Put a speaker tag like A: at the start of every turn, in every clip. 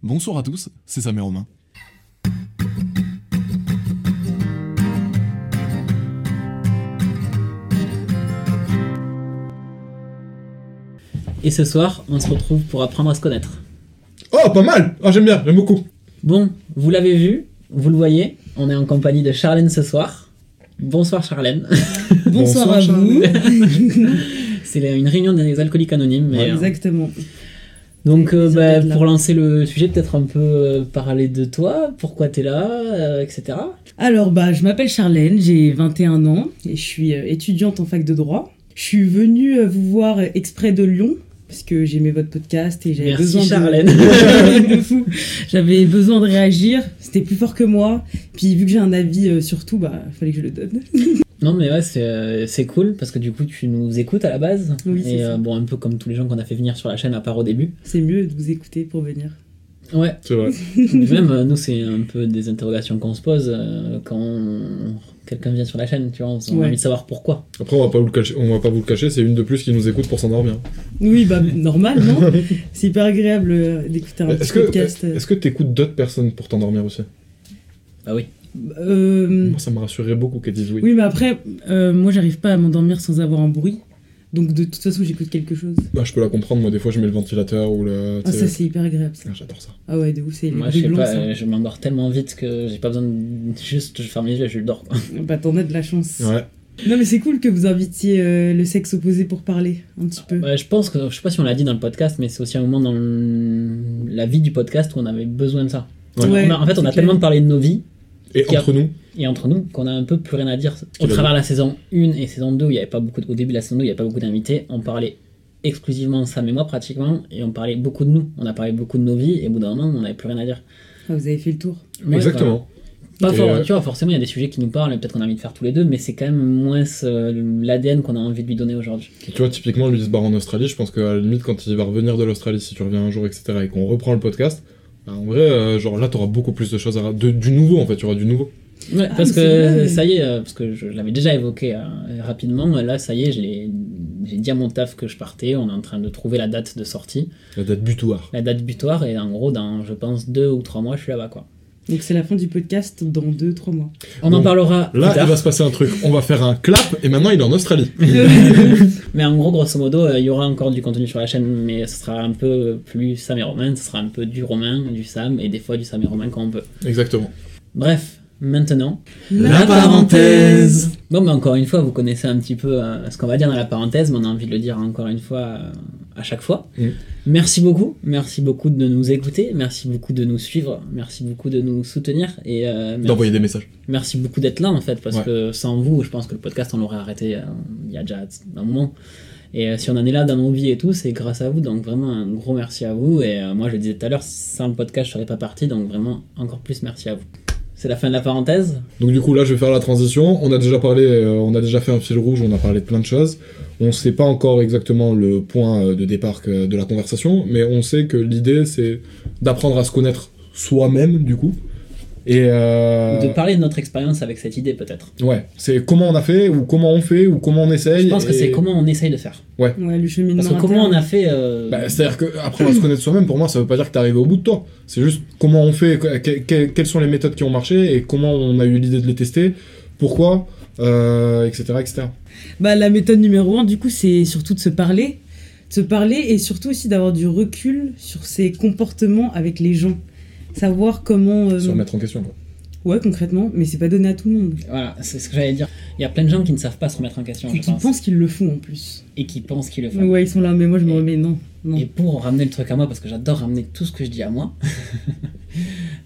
A: Bonsoir à tous, c'est Sam et Romain.
B: Et ce soir, on se retrouve pour apprendre à se connaître.
C: Oh, pas mal Ah, j'aime bien, j'aime beaucoup.
B: Bon, vous l'avez vu, vous le voyez, on est en compagnie de Charlène ce soir. Bonsoir Charlène.
D: Bonsoir, à vous.
B: C'est une réunion des alcooliques anonymes. mais, euh,
D: Exactement.
B: donc euh,
D: plaisir
B: bah,
D: d'être là.
B: pour lancer le sujet, peut-être un peu euh, parler de toi, pourquoi t'es là, euh, etc.
D: Alors, bah, je m'appelle Charlène, j'ai 21 ans et je suis euh, étudiante en fac de droit. Je suis venue euh, vous voir euh, exprès de Lyon parce que j'aimais votre podcast et j'avais
B: Merci,
D: besoin de-
B: Charlène.
D: de fou. J'avais besoin de réagir, c'était plus fort que moi. Puis vu que j'ai un avis euh, sur tout, bah fallait que je le donne.
B: Non mais ouais, c'est euh, c'est cool parce que du coup tu nous écoutes à la base.
D: Oui, c'est
B: et
D: ça.
B: euh, bon, un peu comme tous les gens qu'on a fait venir sur la chaîne à part au début.
D: C'est mieux de vous écouter pour venir.
B: Ouais,
C: C'est vrai.
B: Mais même euh, nous c'est un peu des interrogations qu'on se pose euh, quand on- quelqu'un vient sur la chaîne, tu vois, on on a
D: Ouais.
B: envie de savoir pourquoi.
C: Après, on va pas vous le cacher, on va pas vous le cacher, c'est une de plus qui nous écoute pour s'endormir.
D: Oui, bah normal, non C'est hyper agréable euh, d'écouter un
C: Est-ce
D: petit
C: que
D: podcast. euh.
C: est-ce que t'écoutes d'autres personnes pour t'endormir aussi
B: Bah oui.
D: Euh,
C: Moi, ça me rassurerait beaucoup qu'elles disent oui.
D: Oui, mais après, euh, moi, j'arrive pas à m'endormir sans avoir un bruit. Donc, de toute façon, j'écoute quelque chose.
C: Bah, je peux la comprendre, moi, des fois, je mets le ventilateur ou le.
D: Ah,
C: tu sais.
D: ça, c'est hyper agréable, ça.
C: Ah, J'adore ça.
D: Ah ouais, de ouf, c'est les
B: Moi
D: bruits
B: je sais
D: blancs,
B: pas,
D: ça.
B: euh, je m'endors tellement vite que j'ai pas besoin de juste je ferme les yeux, je dors quoi.
D: Bah, t'en as de la chance.
C: Ouais.
D: Non, mais c'est cool que vous invitiez euh, le sexe opposé pour parler, un petit peu.
B: Ouais, je pense que je sais pas si on l'a dit dans le podcast, mais c'est aussi un moment dans le- la vie du podcast où on avait besoin de ça.
C: Ouais.
B: On a- en fait, on
D: c'est
B: a
D: clair.
B: tellement parlé de nos vies
C: Et
B: Qui a-
C: entre nous,
B: et entre nous qu'on a un peu plus rien à dire.
C: a
B: Au
C: dit.
B: travers de la saison 1 et saison 2, où il y avait pas beaucoup de- au début de la saison 2, il n'y avait pas beaucoup d'invités, on parlait exclusivement de Sam et moi pratiquement, et on parlait beaucoup de nous. On a parlé beaucoup de nos vies, et au bout d'un moment, on n'avait plus rien à dire.
D: Ah, vous avez fait le tour.
B: Ouais,
C: exactement.
B: Pas
C: Et,
B: fort,
C: euh,
B: tu vois, forcément, il y a des sujets qui nous parlent, et peut-être qu'on a envie de faire tous les deux, mais c'est quand même moins euh, l'ADN qu'on a envie de lui donner aujourd'hui.
D: hein.
C: Tu vois, typiquement, lui, il se barre en Australie. Je pense qu'à la limite, quand il va revenir de l'Australie, si tu reviens un jour, etc., et qu'on reprend le podcast, bah, en vrai, euh, genre là, t'auras beaucoup plus de choses à. ra- de- du nouveau, en fait, tu auras du nouveau.
B: Ouais,
D: Ah,
B: parce
D: mais c'est
B: que
D: vrai.
B: ça y est, euh, parce que je, je l'avais déjà évoqué euh, rapidement, là ça y est, je l'ai- j'ai dit à mon taf que je partais, on est en train de trouver la date de sortie,
C: La date butoir.
B: la date butoir, et en gros, dans je pense deux ou trois mois, je suis là-bas quoi.
D: Donc, c'est la fin du podcast dans 2-3 mois.
B: On en
C: Bon,
B: parlera
C: Là,
B: plus tard,
C: il va se passer un truc. On va faire un clap, et maintenant, il est en Australie.
B: mais en gros, grosso modo, euh, il y aura encore du contenu sur la chaîne, mais ce sera un peu plus Sam et Romain, ce sera un peu du Romain, du Sam, et des fois du Sam et Romain quand on peut.
C: Exactement.
B: Bref, maintenant.
D: La parenthèse.
B: Bon, bah encore une fois, vous connaissez un petit peu euh, ce qu'on va dire dans la parenthèse, mais on a envie de le dire encore une fois euh, à chaque fois.
C: Mm.
B: Merci beaucoup, merci beaucoup de nous écouter, merci beaucoup de nous suivre, merci beaucoup de nous soutenir et euh, merci,
C: D'envoyer des messages.
B: merci beaucoup d'être là en fait, parce
C: Ouais.
B: que sans vous, je pense que le podcast on l'aurait arrêté euh, il y a déjà un moment. Et euh, si on en est là dans nos vies et tout, c'est grâce à vous, donc vraiment un gros merci à vous. Et euh, moi je le disais tout à l'heure, sans le podcast je serais pas parti, donc vraiment encore plus merci à vous. C'est la fin de la parenthèse.
C: Donc du coup là je vais faire la transition. On a déjà parlé, euh, on a déjà fait un fil rouge, on a parlé de plein de choses. On sait pas encore exactement le point euh, de départ que- de la conversation, mais on sait que l'idée c'est d'apprendre à se connaître soi-même du coup. Et euh,
B: De parler de notre expérience avec cette idée, peut-être.
C: ouais, c'est comment on a fait ou comment on fait ou comment on essaye.
B: Je pense que
C: et-
B: c'est comment on essaye de faire.
D: Ouais, le cheminement.
B: Parce que comment on a fait. euh,
C: Bah, C'est-à-dire que apprendre à se connaître soi-même, pour moi, ça veut pas dire que t'es arrivé au bout de toi. C'est juste comment on fait, que- que- que- quelles sont les méthodes qui ont marché et comment on a eu l'idée de les tester, pourquoi, euh, etc., etc.
D: Bah, la méthode numéro un, du coup, c'est surtout de se parler. De se parler et surtout aussi d'avoir du recul sur ses comportements avec les gens. Savoir comment. euh,
C: Se remettre en question. quoi.
D: Ouais, concrètement, mais c'est pas donné à tout le monde.
B: Voilà, c'est ce que j'allais dire. Il y a plein de gens qui ne savent pas se remettre en question,
D: Et
B: je
D: qui
B: pense.
D: pensent qu'ils le font en plus.
B: Et qui pensent qu'ils le font.
D: Ouais, ils sont là, mais moi je me
B: Et-
D: remets, non. non.
B: Et pour ramener le truc à moi, parce que j'adore ramener tout ce que je dis à moi,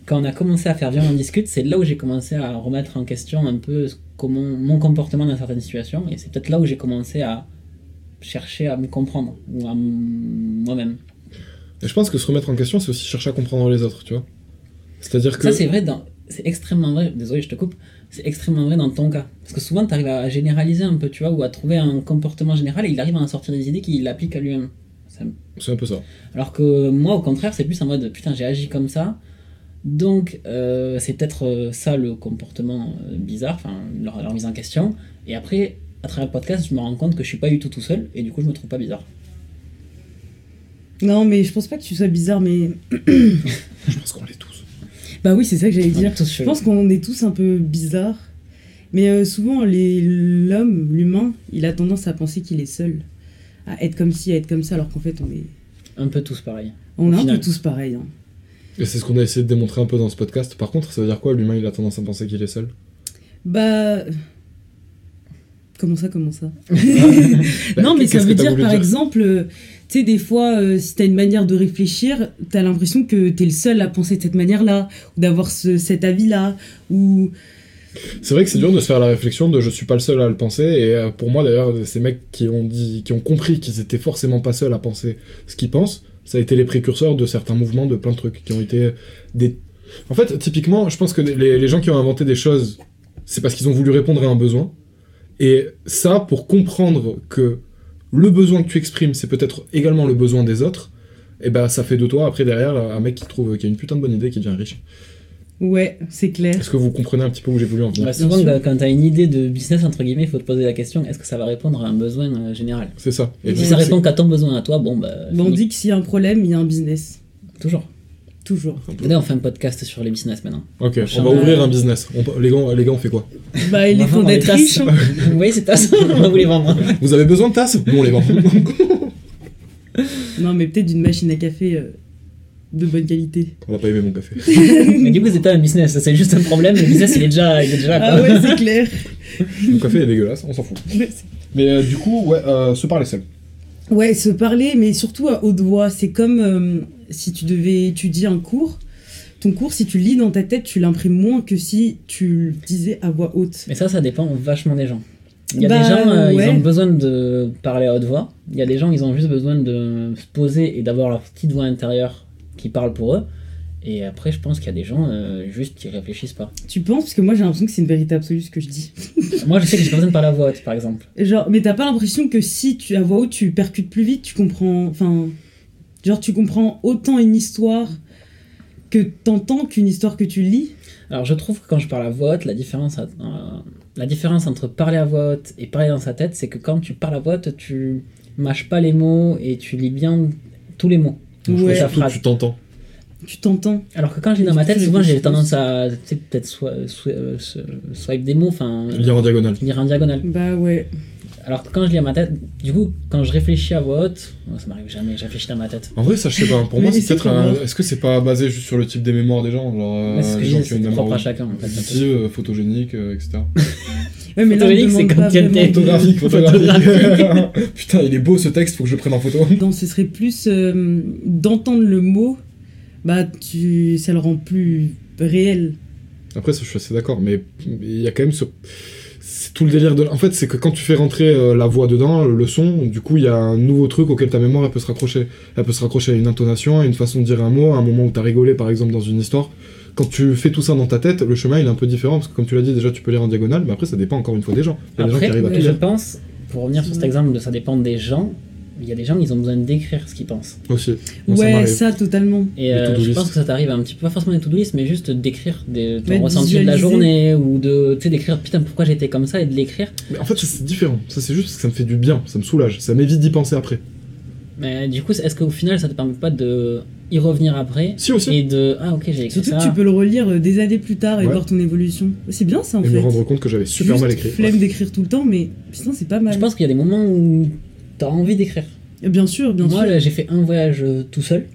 B: quand on a commencé à faire Viens, on discute, c'est là où j'ai commencé à remettre en question un peu ce- comment, mon comportement dans certaines situations, et c'est peut-être là où j'ai commencé à chercher à me comprendre, ou à m- moi-même.
C: Et je pense que se remettre en question, c'est aussi chercher à comprendre les autres, tu vois. C'est-à-dire que.
B: Ça, c'est vrai, dans... c'est extrêmement vrai, désolé, je te coupe, c'est extrêmement vrai dans ton cas. Parce que souvent, tu arrives à généraliser un peu, tu vois, ou à trouver un comportement général, et il arrive à en sortir des idées qu'il applique à lui-même. C'est un
C: c'est un peu ça.
B: Alors que moi, au contraire, c'est plus en mode putain, j'ai agi comme ça. Donc, euh, c'est peut-être euh, ça le comportement euh, bizarre, enfin, leur, leur mise en question. Et après, à travers le podcast, je me rends compte que je suis pas du tout tout seul et du coup, je me trouve pas bizarre.
D: Non, mais je pense pas que tu sois bizarre, mais.
C: Je pense qu'on l'est tous.
D: Bah oui, c'est ça que j'allais dire.
B: tous
D: Je pense qu'on est tous un peu bizarres. Mais euh, souvent, les- l'homme, l'humain, il a tendance à penser qu'il est seul. À être comme ci, à être comme ça, alors qu'en fait, on est,
B: Un peu tous pareil.
D: on est un
B: Final.
D: peu tous pareils. hein.
C: Et c'est ce qu'on a essayé de démontrer un peu dans ce podcast. Par contre, ça veut dire quoi L'humain, il a tendance à penser qu'il est seul.
D: Bah. Comment ça, comment ça
C: Ah, Bah,
D: Non, mais ça
C: qu'est-ce
D: veut
C: que t'as
D: dire,
C: voulu
D: par exemple, euh, tu sais, des fois, euh, si t'as une manière de réfléchir, t'as l'impression que t'es le seul à penser de cette manière-là, ou d'avoir ce- cet avis-là, ou.
C: C'est vrai que c'est dur de se faire la réflexion de je suis pas le seul à le penser et euh, pour moi d'ailleurs ces mecs qui ont dit qui ont compris qu'ils étaient forcément pas seuls à penser ce qu'ils pensent, ça a été les précurseurs de certains mouvements de plein de trucs qui ont été des En fait, typiquement, je pense que les, les gens qui ont inventé des choses, c'est parce qu'ils ont voulu répondre à un besoin et ça pour comprendre que le besoin que tu exprimes, c'est peut-être également le besoin des autres. Et ben ça fait de toi après derrière un mec qui trouve qui a une putain de bonne idée qui devient riche.
D: Ouais, c'est clair.
C: Est-ce que vous comprenez un petit peu où j'ai voulu en venir
B: Bah, souvent,
D: sûr.
B: quand- quand tu as une idée de business, entre guillemets, il faut te poser la question est-ce que ça va répondre à un besoin euh, général
C: C'est ça.
B: Et
C: du
B: si
C: coup,
B: ça
C: c'est-
B: répond qu'à ton besoin à toi, bon, bah.
D: Bah, on
B: fini.
D: dit que s'il y a un problème, il y a un business.
B: Toujours. Bah,
D: Toujours.
B: D'ailleurs, on fait un podcast sur les business maintenant.
C: Ok, on
B: Prochain.
C: va ouvrir un business. On- les, gars, les gars, on fait quoi
D: Bah,
B: On
D: il
B: va
D: est temps
B: vendre les
D: d'être
B: tasses.
D: riche. hein.
B: Vous voyez, c'est ça, on va vous les vendre.
C: Vous avez besoin de tasses Nous, on les vend.
D: Non, mais peut-être d'une machine à café euh, de bonne qualité.
C: on va pas aimer mon café.
B: Mais du coup, c'est pas un business, c'est juste un problème. Le business, il est déjà, il est déjà là,
D: Ah
B: quoi.
D: ouais, c'est clair.
C: Mon café est dégueulasse, on s'en fout. Mais euh, du coup, ouais, euh, se parler seul.
D: Ouais, se parler, mais surtout à haute voix. C'est comme euh, si tu devais étudier un cours. Ton cours, si tu le lis dans ta tête, tu l'imprimes moins que si tu le disais à voix haute.
B: Mais ça, ça dépend vachement des gens. Il y a
D: Bah,
B: des gens, euh,
D: ouais.
B: ils ont besoin de parler à haute voix. Il y a des gens, ils ont juste besoin de se poser et d'avoir leur petite voix intérieure qui parle pour eux. Et après, je pense qu'il y a des gens euh, juste qui réfléchissent pas.
D: Tu penses Parce que moi, j'ai l'impression que c'est une vérité absolue ce que je dis.
B: Moi, je sais que j'ai pas besoin de parler à voix haute, par exemple.
D: Genre, mais t'as pas l'impression que si tu à voix haute, tu percutes plus vite, tu comprends. Enfin, genre, tu comprends autant une histoire que t'entends qu'une histoire que tu lis.
B: Alors, je trouve que quand je parle à voix haute, la différence, à- euh, la différence entre parler à voix haute et parler dans sa tête, c'est que quand tu parles à voix haute, tu mâches pas les mots et tu lis bien tous les mots.
D: Ouais.
B: Je trouve ça
C: Surtout que
B: phrase.
C: tu t'entends.
D: Tu t'entends.
B: Alors que quand je lis dans ma tête,
D: Tu
B: souvent j'ai
D: réfléchis.
B: tendance à tu sais, peut-être swi- swi- euh, se- swipe des mots, enfin euh,
C: Lire en diagonale.
B: lire en diagonale.
D: Bah ouais.
B: Alors que quand je lis à ma tête, du coup, quand je réfléchis à voix haute, oh, ça m'arrive jamais, je réfléchis dans ma tête.
C: En vrai, ça, je sais pas. Pour
D: Mais
C: moi, c'est
D: c'est
C: peut-être
D: pour
C: un-
D: moi.
C: Est-ce que c'est pas basé juste sur le type des mémoires des gens Genre, euh,
B: Mais c'est ce que
C: les
B: je
C: gens
B: dis,
C: qui ont
B: c'est
C: une mémoire
B: propre à
C: auditive,
B: chacun en fait.
C: euh, photogénique, euh, etc.
D: Ouais, mais là, on
B: Photogénique, c'est
D: demande
B: quand
D: pas
B: il y a
D: vraiment
B: des-
D: de-
C: Photographique, photographique. Putain, il est beau ce texte, faut que je le prenne en photo.
D: Non, ce serait plus euh, d'entendre le mot, bah tu, ça le rend plus réel.
C: Après, ça, je suis assez d'accord, mais il y a quand même ce, c'est tout le délire de. En fait, c'est que quand tu fais rentrer euh, la voix dedans, le, le son, du coup, il y a un nouveau truc auquel ta mémoire elle peut se raccrocher. Elle peut se raccrocher à une intonation, à une façon de dire un mot, à un moment où t'as rigolé, par exemple, dans une histoire. Quand tu fais tout ça dans ta tête, le chemin il est un peu différent parce que comme tu l'as dit déjà, tu peux lire en diagonale, mais après ça dépend encore une fois des gens. Il y a des gens qui
B: Après,
C: arrivent à
D: euh,
C: tout
B: je
C: lire
B: pense, pour revenir sur cet exemple de ça dépend des gens, il y a des gens ils ont besoin de décrire ce qu'ils pensent.
C: aussi. Moi, ça
D: Ouais,
C: m'arrive.
D: ça, totalement.
B: Et
C: Les
B: euh,
C: to-do
B: je
C: list.
B: pense que ça t'arrive un petit peu, pas forcément des to-do list, mais juste d'écrire des, ton
D: Ouais, de
B: ressenti de la
D: visualiser.
B: journée ou de, tu sais, d'écrire putain pourquoi j'étais comme ça et de l'écrire.
C: Mais en fait, ça, c'est différent. Ça, c'est juste parce que ça me fait du bien, ça me soulage, ça m'évite d'y penser après.
B: Mais du coup, est-ce qu'au final ça te permet pas de y revenir après
C: Si aussi.
B: et de ah ok j'ai écrit
D: Surtout
B: ça.
D: que tu peux le relire euh, des années plus tard et
C: Ouais.
D: voir ton évolution. C'est bien ça en
C: Et
D: fait.
C: me rendre compte que j'avais super
D: Juste
C: mal écrit.
D: flemme d'écrire tout le temps, mais sinon c'est pas mal.
B: Je pense qu'il y a des moments où t'as envie d'écrire.
D: Bien sûr, bien
B: Moi,
D: sûr.
B: là, j'ai fait un voyage euh, tout seul.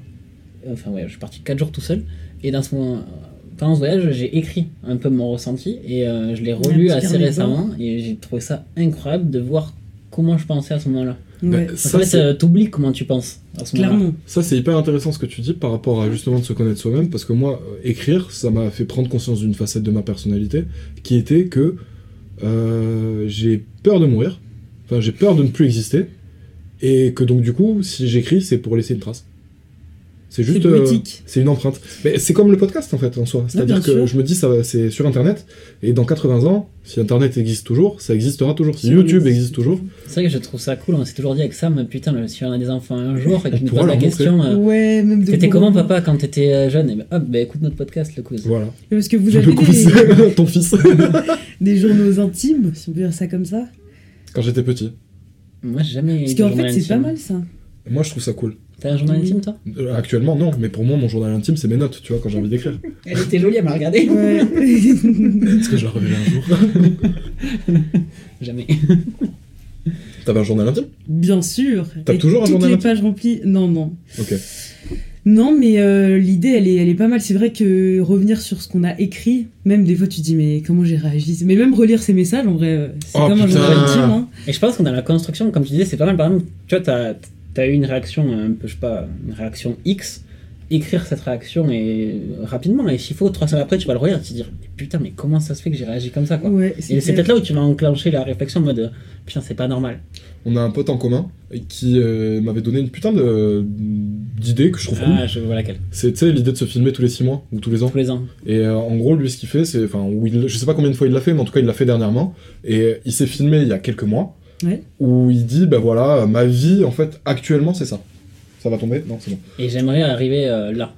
B: Euh, Enfin, ouais, je suis parti 4 jours tout seul. Et dans ce moment, euh, pendant ce voyage, j'ai écrit un peu mon ressenti et euh, je l'ai relu
D: petit
B: assez
D: carnet de
B: récemment. Et j'ai trouvé ça incroyable de voir comment je pensais à ce moment-là.
D: Ouais.
C: Ben,
B: Parce qu'en
C: ça,
B: fait,
C: c'est-
B: euh, t'oublies comment tu penses à ce moment-là.
D: Clairement.
C: ça, c'est hyper intéressant ce que tu dis par rapport à justement de se connaître soi-même, parce que moi, euh, écrire, ça m'a fait prendre conscience d'une facette de ma personnalité, qui était que euh, j'ai peur de mourir, enfin j'ai peur de ne plus exister, et que donc du coup, si j'écris, c'est pour laisser une trace. C'est juste,
D: C'est
C: euh,
D: poétique.
C: c'est une empreinte. Mais c'est comme le podcast en fait en soi. C'est-à-dire
D: bien
C: que
D: sûr.
C: je me dis ça, va- c'est sur Internet, et dans 80 ans, si Internet existe toujours, ça existera toujours. Si
D: Ça
C: YouTube
D: existe.
C: existe toujours,
B: C'est vrai que je trouve ça cool. On s'est toujours dit avec Sam, putain, le- si on a des enfants un jour et
C: On
B: qu'ils nous
C: pourra
B: posent la
C: leur montrer.
B: question. euh,
D: Ouais, même de.
B: T'étais
D: gros.
B: comment papa quand t'étais euh, jeune Et ben, hop, ben, écoute notre podcast, le cause.
C: voilà.
D: Parce que vous
C: Le
D: avez
C: coup,
D: des,
C: c'est ton fils.
D: des journaux intimes, si on peut dire ça comme ça.
C: Quand j'étais petit.
B: Moi, j'ai jamais. eu
D: Parce
B: de
D: qu'en
B: journal
D: fait, c'est
B: intime.
D: pas mal ça.
C: Moi, je trouve ça cool.
B: T'as un journal intime, toi
C: Euh, Actuellement, non, mais pour moi, mon journal intime, c'est mes notes, tu vois, quand j'ai envie d'écrire.
B: Elle était jolie, elle m'a regardé.
D: Ouais.
C: Est-ce que je la reverrai un jour
B: Jamais.
C: T'avais un journal intime
D: bien sûr.
C: T'as
D: Et
C: toujours un
D: toutes
C: journal
D: les
C: intime
D: pages remplies. Non, non.
C: Ok.
D: Non, mais euh, l'idée, elle est, elle est pas mal. C'est vrai que revenir sur ce qu'on a écrit, même des fois, tu te dis, mais comment j'ai réagi Mais même relire ces messages, en vrai, euh, c'est
C: Oh,
D: comme un journal
C: putain.
D: intime. Hein.
B: Et je pense qu'on a la construction, comme tu disais, c'est pas mal. Par exemple, tu vois, t'as as eu une réaction, un peu, je sais pas, une réaction X. Écrire cette réaction et rapidement, et s'il faut, trois semaines après, tu vas le relire et te dire mais Putain, mais comment ça se fait que j'ai réagi comme ça quoi
D: hein. Ouais,
B: Et c'est
D: clair.
B: peut-être là où tu vas enclencher la réflexion en mode Putain, c'est pas normal.
C: On a un pote en commun qui euh, m'avait donné une putain de- d'idée que je trouve
B: Ah,
C: cool.
B: je vois laquelle.
C: C'est, tu sais, l'idée de se filmer tous les 6 mois ou tous les ans.
B: Tous les ans.
C: Et euh, en gros, lui, ce qu'il fait, c'est. Enfin, ou il- je sais pas combien de fois il l'a fait, mais en tout cas, il l'a fait dernièrement. Et euh, il s'est filmé il y a quelques mois.
D: Ouais.
C: Où il dit, bah voilà, ma vie, en fait, actuellement, c'est ça. Ça va tomber Non, c'est bon.
B: Et j'aimerais arriver euh, là.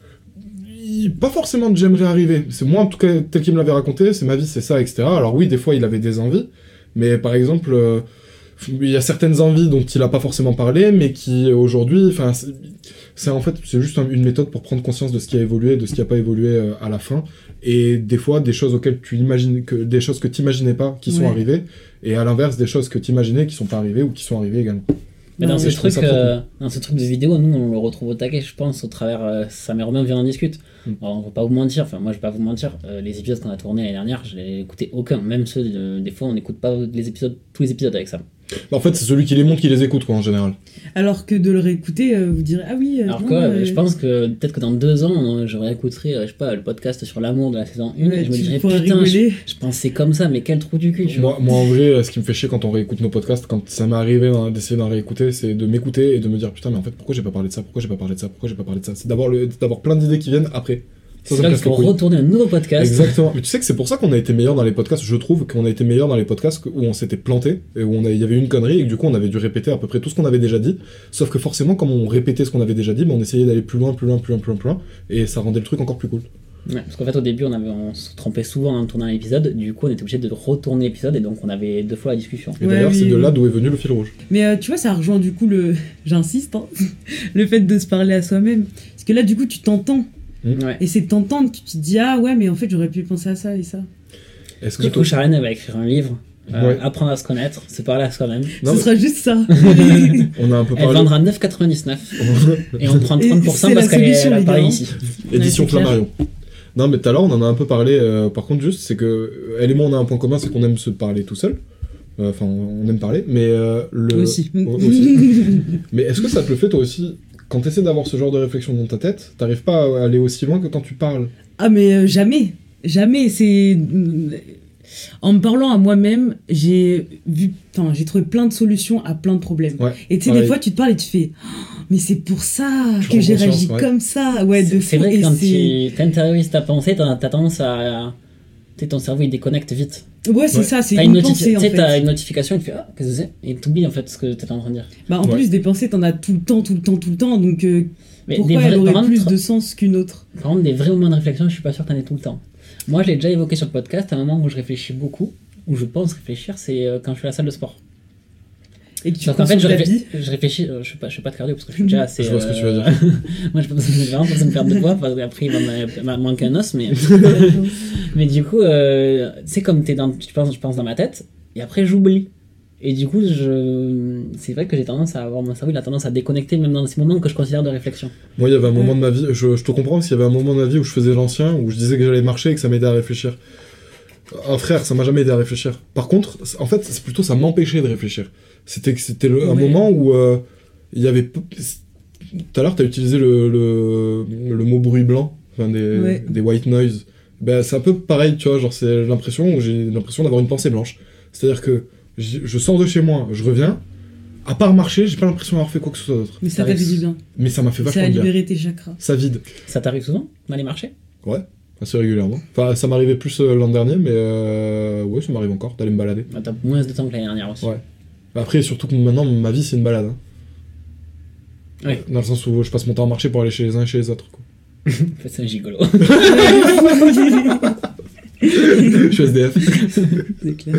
C: Il- Pas forcément de j'aimerais arriver. C'est moi, en tout cas, tel qu'il me l'avait raconté, c'est ma vie, c'est ça, etc. Alors oui, des fois, il avait des envies. Mais par exemple. euh, il y a certaines envies dont il n'a pas forcément parlé, mais qui aujourd'hui, enfin, c'est- c'est en fait c'est juste un- une méthode pour prendre conscience de ce qui a évolué, de ce qui n'a pas évolué euh, à la fin, et des fois des choses auxquelles tu imagines que des choses que tu n'imaginais pas qui sont
D: Ouais.
C: arrivées, et à l'inverse des choses que tu imaginais qui sont pas arrivées ou qui sont arrivées également.
B: Mais
D: Non,
B: dans,
D: mais
B: ce
C: je trouve
B: truc,
C: ça trop
B: euh, dans ce truc de vidéo, nous on le retrouve au taquet, je pense, au travers. euh, Sam et Romain viennent en discute.
C: Mm.
B: Alors, on va pas vous mentir, enfin moi je vais pas vous mentir, euh, les épisodes qu'on a tournés l'année dernière, je n'ai écouté aucun, même ceux, de- des fois on n'écoute pas les épisodes, tous les épisodes avec Sam.
D: Mm-hmm.
C: Bah, en fait, c'est celui qui les monte qui les écoute quoi en général.
D: Alors que de le réécouter, euh, vous direz, ah oui. euh,
B: Alors
D: non,
B: que euh,
D: euh,
B: je pense que peut-être que dans deux ans, euh, je réécouterai, euh, je sais pas, le podcast sur l'amour de la saison 1
D: ouais,
B: et je me
D: tu
B: dirais
D: pourrais
B: putain, je,
D: rigoler.
B: je pensais comme ça, mais quel trou du cul, tu vois.
C: Moi, moi, en vrai, euh, ce qui me fait chier quand on réécoute nos podcasts, quand ça m'est arrivé d'en- d'essayer d'en réécouter, c'est de m'écouter et de me dire putain, mais en fait, pourquoi j'ai pas parlé de ça Pourquoi j'ai pas parlé de ça Pourquoi j'ai pas parlé de ça C'est d'abord le- d'avoir plein d'idées qui viennent après. Ça,
B: C'est
C: ça me
B: là
C: casse
B: qu'il
C: les
B: faut
C: couilles.
B: retourner un nouveau podcast.
C: Exactement. Mais tu sais que c'est pour ça qu'on a été meilleur dans les podcasts. Je trouve qu'on a été meilleur dans les podcasts où on s'était planté et où on a- il y avait une connerie et que du coup on avait dû répéter à peu près tout ce qu'on avait déjà dit. Sauf que forcément, comme on répétait ce qu'on avait déjà dit, mais on essayait d'aller plus loin, plus loin, plus loin, plus loin, plus loin, et ça rendait le truc encore plus cool.
B: Ouais, parce qu'en fait, au début, on, avait, on se trompait souvent en tournant l'épisode, du coup, on était obligé de retourner l'épisode et donc on avait deux fois la discussion.
C: Et
D: Ouais,
C: d'ailleurs,
D: oui,
C: c'est de
D: oui.
C: là d'où est venu le fil rouge.
D: Mais euh, tu vois, ça rejoint du coup le. J'insiste, hein, le fait de se parler à soi-même. Parce que là, du coup, tu t'entends.
B: Ouais.
D: Et c'est t'entendre que tu te dis, ah ouais, mais en fait, j'aurais pu penser à ça et ça.
C: Est-ce que
B: Du coup, Sharon, elle va écrire un livre, euh,
C: Ouais.
B: apprendre à se connaître, se parler à soi-même.
C: Non,
D: Ce Eh,
C: mais
D: sera juste ça.
C: on a un peu
B: Elle
C: parlé.
B: vendra 9,99 et on prend
D: Et
B: 30%
D: c'est
B: parce
D: la
B: qu'elle est
D: solution,
B: à
D: les
B: Paris
D: gars, hein.
B: ici.
C: Édition
D: Ouais, c'est clair.
C: Flammarion. Non, mais tout à l'heure, on en a un peu parlé. euh, par contre, juste, c'est que euh, elle et moi, on a un point commun, c'est qu'on aime se parler tout seul. Euh, Enfin, on aime parler, mais euh, le.
D: Aussi.
C: O- aussi. mais est-ce que ça te le fait toi aussi quand t'essaies d'avoir ce genre de réflexion dans ta tête, t'arrives pas à aller aussi loin que quand tu parles
D: Ah mais euh, jamais, jamais. C'est En me parlant à moi-même, j'ai vu, enfin, j'ai trouvé plein de solutions à plein de problèmes.
C: Ouais,
D: Et tu sais,
C: pareil.
D: des fois, tu te parles et tu fais, Oh, mais c'est pour ça
C: Tu
D: que
C: prends
D: j'ai
C: conscience,
D: réagi
C: ouais.
D: comme ça. Ouais, de
B: C'est c'est
D: fou.
B: vrai
D: Et
B: que quand
D: c'est-
B: tu t'intériorises ta pensée, t'as t'as tendance à. tu sais, ton cerveau il déconnecte vite.
D: Ouais, c'est
C: Ouais.
D: ça, Ah, c'est
B: T'as
D: une,
B: une, noti-
D: pensée
B: tu
D: en
B: sais,
D: fait.
B: t'as une notification, il fait Ah, qu'est-ce que c'est Et t'oublies en fait ce que t'étais en train de dire.
D: Bah, en
C: Ouais.
D: plus, des pensées, t'en as tout le temps, tout le temps, tout le temps. Donc, euh,
B: Mais
D: pourquoi
B: des vrais-
D: elle aurait
B: par
D: plus
B: contre-
D: de sens qu'une autre
B: Par contre, des vrais moments de réflexion, je suis pas sûr que t'en aies tout le temps. Moi, je l'ai déjà évoqué sur le podcast, un moment où je réfléchis beaucoup, où je pense réfléchir, c'est euh, quand je suis à la salle de sport.
D: Et que tu
B: Donc en fait,
D: consommes
B: je,
D: ta
B: réfl-
D: vie
B: je réfléchis, euh, je fais pas, je fais pas de cardio parce que je suis déjà assez. euh,
C: Je vois ce que tu veux dire.
B: Moi, j'ai pas besoin, j'ai vraiment pas besoin de perdre de poids parce qu'après, il va me- me manquer un os, mais. mais du coup, euh, tu sais, comme t'es dans, tu penses, je pense dans ma tête, et après, j'oublie. Et du coup, je, c'est vrai que j'ai tendance à avoir mon cerveau, il a tendance à déconnecter même dans ces moments que je considère de réflexion.
C: Moi, il y avait un moment de ma vie, je, je te comprends, parce qu'il y avait un moment de ma vie où je faisais l'ancien, où je disais que j'allais marcher et que ça m'aidait à réfléchir. Ah frère, ça m'a jamais aidé à réfléchir. Par contre, c'est- en fait, c'est plutôt ça m'empêchait de réfléchir. C'était que c'était le- un
D: Ouais.
C: moment où euh, il y avait. p- c'est- Tout à l'heure, t'as utilisé le, le, le mot bruit blanc, enfin des,
D: Ouais.
C: des white noise. Ben, c'est un peu pareil, tu vois, genre c'est l'impression où j'ai l'impression d'avoir une pensée blanche. C'est-à-dire que j'y- je sors de chez moi, je reviens. À part marcher, j'ai pas l'impression d'avoir fait quoi que ce soit d'autre.
D: Mais ça t'a fait du bien.
C: Mais ça m'a fait
D: Ça
C: vachement
D: a
C: de bien.
D: libéré tes chakras.
C: Ça vide.
B: Ça t'arrive souvent d'aller marcher
C: Ouais, assez régulièrement. Enfin, ça m'arrivait plus euh, l'an dernier, mais euh, ouais, ça m'arrive encore d'aller me balader.
B: Bah, T'as moins de temps que l'année dernière aussi.
C: Ouais. Après, surtout que maintenant, ma vie, c'est une balade. hein.
B: Ouais.
C: Dans le sens où je passe mon temps à marcher pour aller chez les uns et chez les autres. quoi.
B: C'est un gigolo.
C: je suis SDF.
D: C'est clair.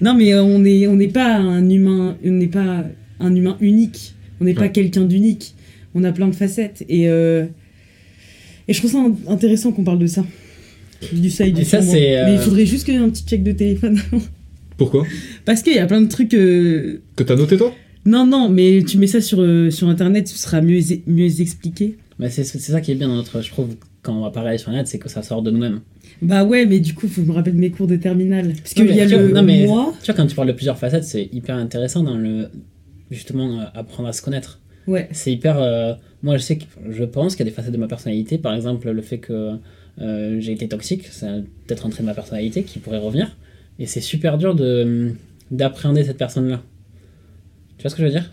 D: non, mais euh, on n'est on n'est pas un humain, on n'est pas un humain unique. On n'est pas
C: Ouais.
D: quelqu'un d'unique. On a plein de facettes. Et, euh, et je trouve ça in- intéressant qu'on parle de ça. Du ça et du
B: Et ça,
D: sûrement.
B: c'est, euh,
D: Mais il faudrait juste qu'il y ait un petit check de téléphone.
C: Pourquoi
D: Parce qu'il y a plein de trucs. euh,
C: Que t'as noté, toi
D: Non, non, mais tu mets ça sur, euh, sur internet, ce sera mieux, mieux expliqué.
B: Mais c'est c'est ça qui est bien dans notre, je trouve, quand on va parler sur Internet, c'est que ça sort de nous-mêmes.
D: Bah ouais, mais du coup, faut que je me rappelle mes cours de terminale. Parce
B: Non,
D: qu'il y a
B: mais tu vois-
D: le
B: non, mais
D: moi.
B: Tu vois, quand tu parles de plusieurs facettes, c'est hyper intéressant dans le. Justement, euh, apprendre à se connaître.
D: Ouais.
B: C'est hyper. euh, moi, je sais que. Je pense qu'il y a des facettes de ma personnalité. Par exemple, le fait que euh, j'ai été toxique, c'est peut-être un trait de ma personnalité qui pourrait revenir. Et c'est super dur de hum, d'appréhender cette personne-là. Tu vois ce que je veux dire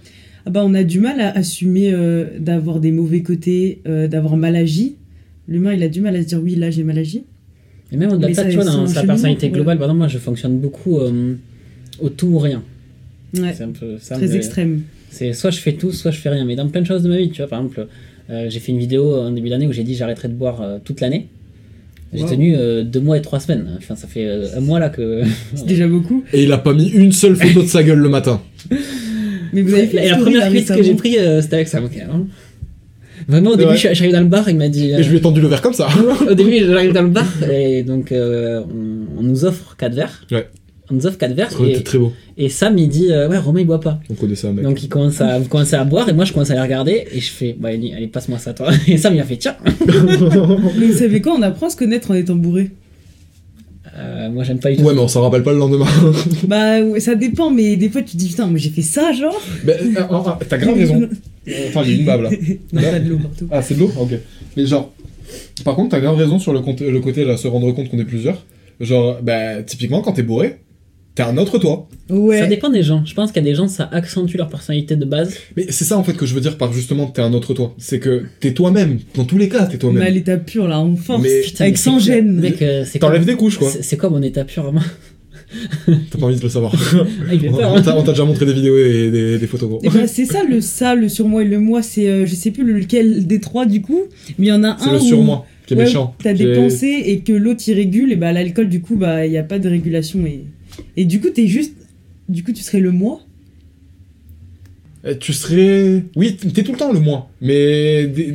D: Ah bah, on a du mal à assumer euh, d'avoir des mauvais côtés, euh, d'avoir mal agi. L'humain, il a du mal à se dire oui, là j'ai mal agi.
B: Et même au-delà
D: Mais
B: de ça,
D: ça-
B: tu vois,
D: c'est
B: dans
D: un
B: sa
D: cheminement,
B: personnalité
D: ouais.
B: globale, par exemple, moi, je fonctionne beaucoup euh, au tout ou rien.
D: Ouais,
B: C'est un peu ça.
D: très
B: mais-
D: extrême.
B: C'est soit je fais tout, soit je fais rien. Mais dans plein de choses de ma vie, tu vois, par exemple, euh, j'ai fait une vidéo en début d'année où j'ai dit j'arrêterai de boire euh, toute l'année. J'ai
C: Wow.
B: tenu euh, deux mois et trois semaines. Enfin, ça fait euh, un mois là que.
D: C'est déjà beaucoup.
C: Et il a pas mis une seule photo de sa gueule le matin.
D: Mais vous avez fait
B: et
D: une
B: la
D: story,
B: première
D: là,
B: cuite que j'ai
D: récemment.
B: prise, euh, c'était avec ça. ok, hein. Vraiment, au
C: Ouais.
B: début, je suis- j'arrive dans le bar, il m'a dit. euh,
C: Et je lui ai tendu le verre comme ça.
B: au début, j'arrive dans le bar, et donc euh, on, on nous offre quatre verres.
C: Ouais.
B: On nous offre quatre verres,
C: T'es
B: et,
C: très beau.
B: et Sam, il dit euh, Ouais, Romain, il boit pas.
C: On connaissait un mec.
B: Donc il commence à vous commencez à boire et moi je commence à les regarder et je fais bah allez, allez, passe-moi ça toi et ça il a fait tiens
D: Mais vous savez quoi On apprend à se connaître en étant bourré.
B: Euh, moi j'aime pas du tout
C: Ouais, mais on s'en rappelle pas le lendemain.
D: bah ouais, ça dépend, mais des fois tu te dis putain, moi j'ai fait ça genre.
C: mais euh, euh, t'as grave raison. Enfin, il y a une bave là.
D: non, pas de l'eau partout.
C: Ah, c'est de l'eau Ok. Mais genre, par contre, t'as grave raison sur le, compte- le côté là, se rendre compte qu'on est plusieurs. Genre, bah, typiquement, quand t'es bourré, t'es un autre toi.
B: ça
D: Ouais.
B: dépend des gens je pense qu'il y a des gens ça accentue leur personnalité de base
C: Mais c'est ça en fait que je veux dire par justement t'es un autre toi. C'est que t'es toi-même. Dans tous les cas, t'es
D: On a
C: toi-même.
D: Bah, l'état pur là, en force.
C: Mais-
B: Putain,
D: avec
B: mais
D: sans
B: c'est-
D: gêne.
B: mec euh, c'est
C: T'enlèves
B: quoi-
C: des couches quoi.
B: c'est- c'est quoi mon état pur moi
C: T'as pas envie de le savoir.
B: Ah, il fait
C: on
B: peur,
C: on
B: hein.
C: t'a on t'a déjà montré des vidéos et des, des photos gros.
D: Et bah, c'est ça le ça, le surmoi et le moi, c'est euh, je sais plus lequel des trois du coup, mais il y en a
C: C'est
D: un.
C: le
D: où-
C: surmoi qui est
D: Ouais,
C: méchant.
D: T'as
C: qui
D: des
C: est-
D: pensées et que l'autre il régule, et bah l'alcool du coup bah il y a pas de régulation et et du coup t'es juste, du coup tu serais le moi.
C: Eh, Tu serais. Oui, t'es tout le temps le moi. Mais. des-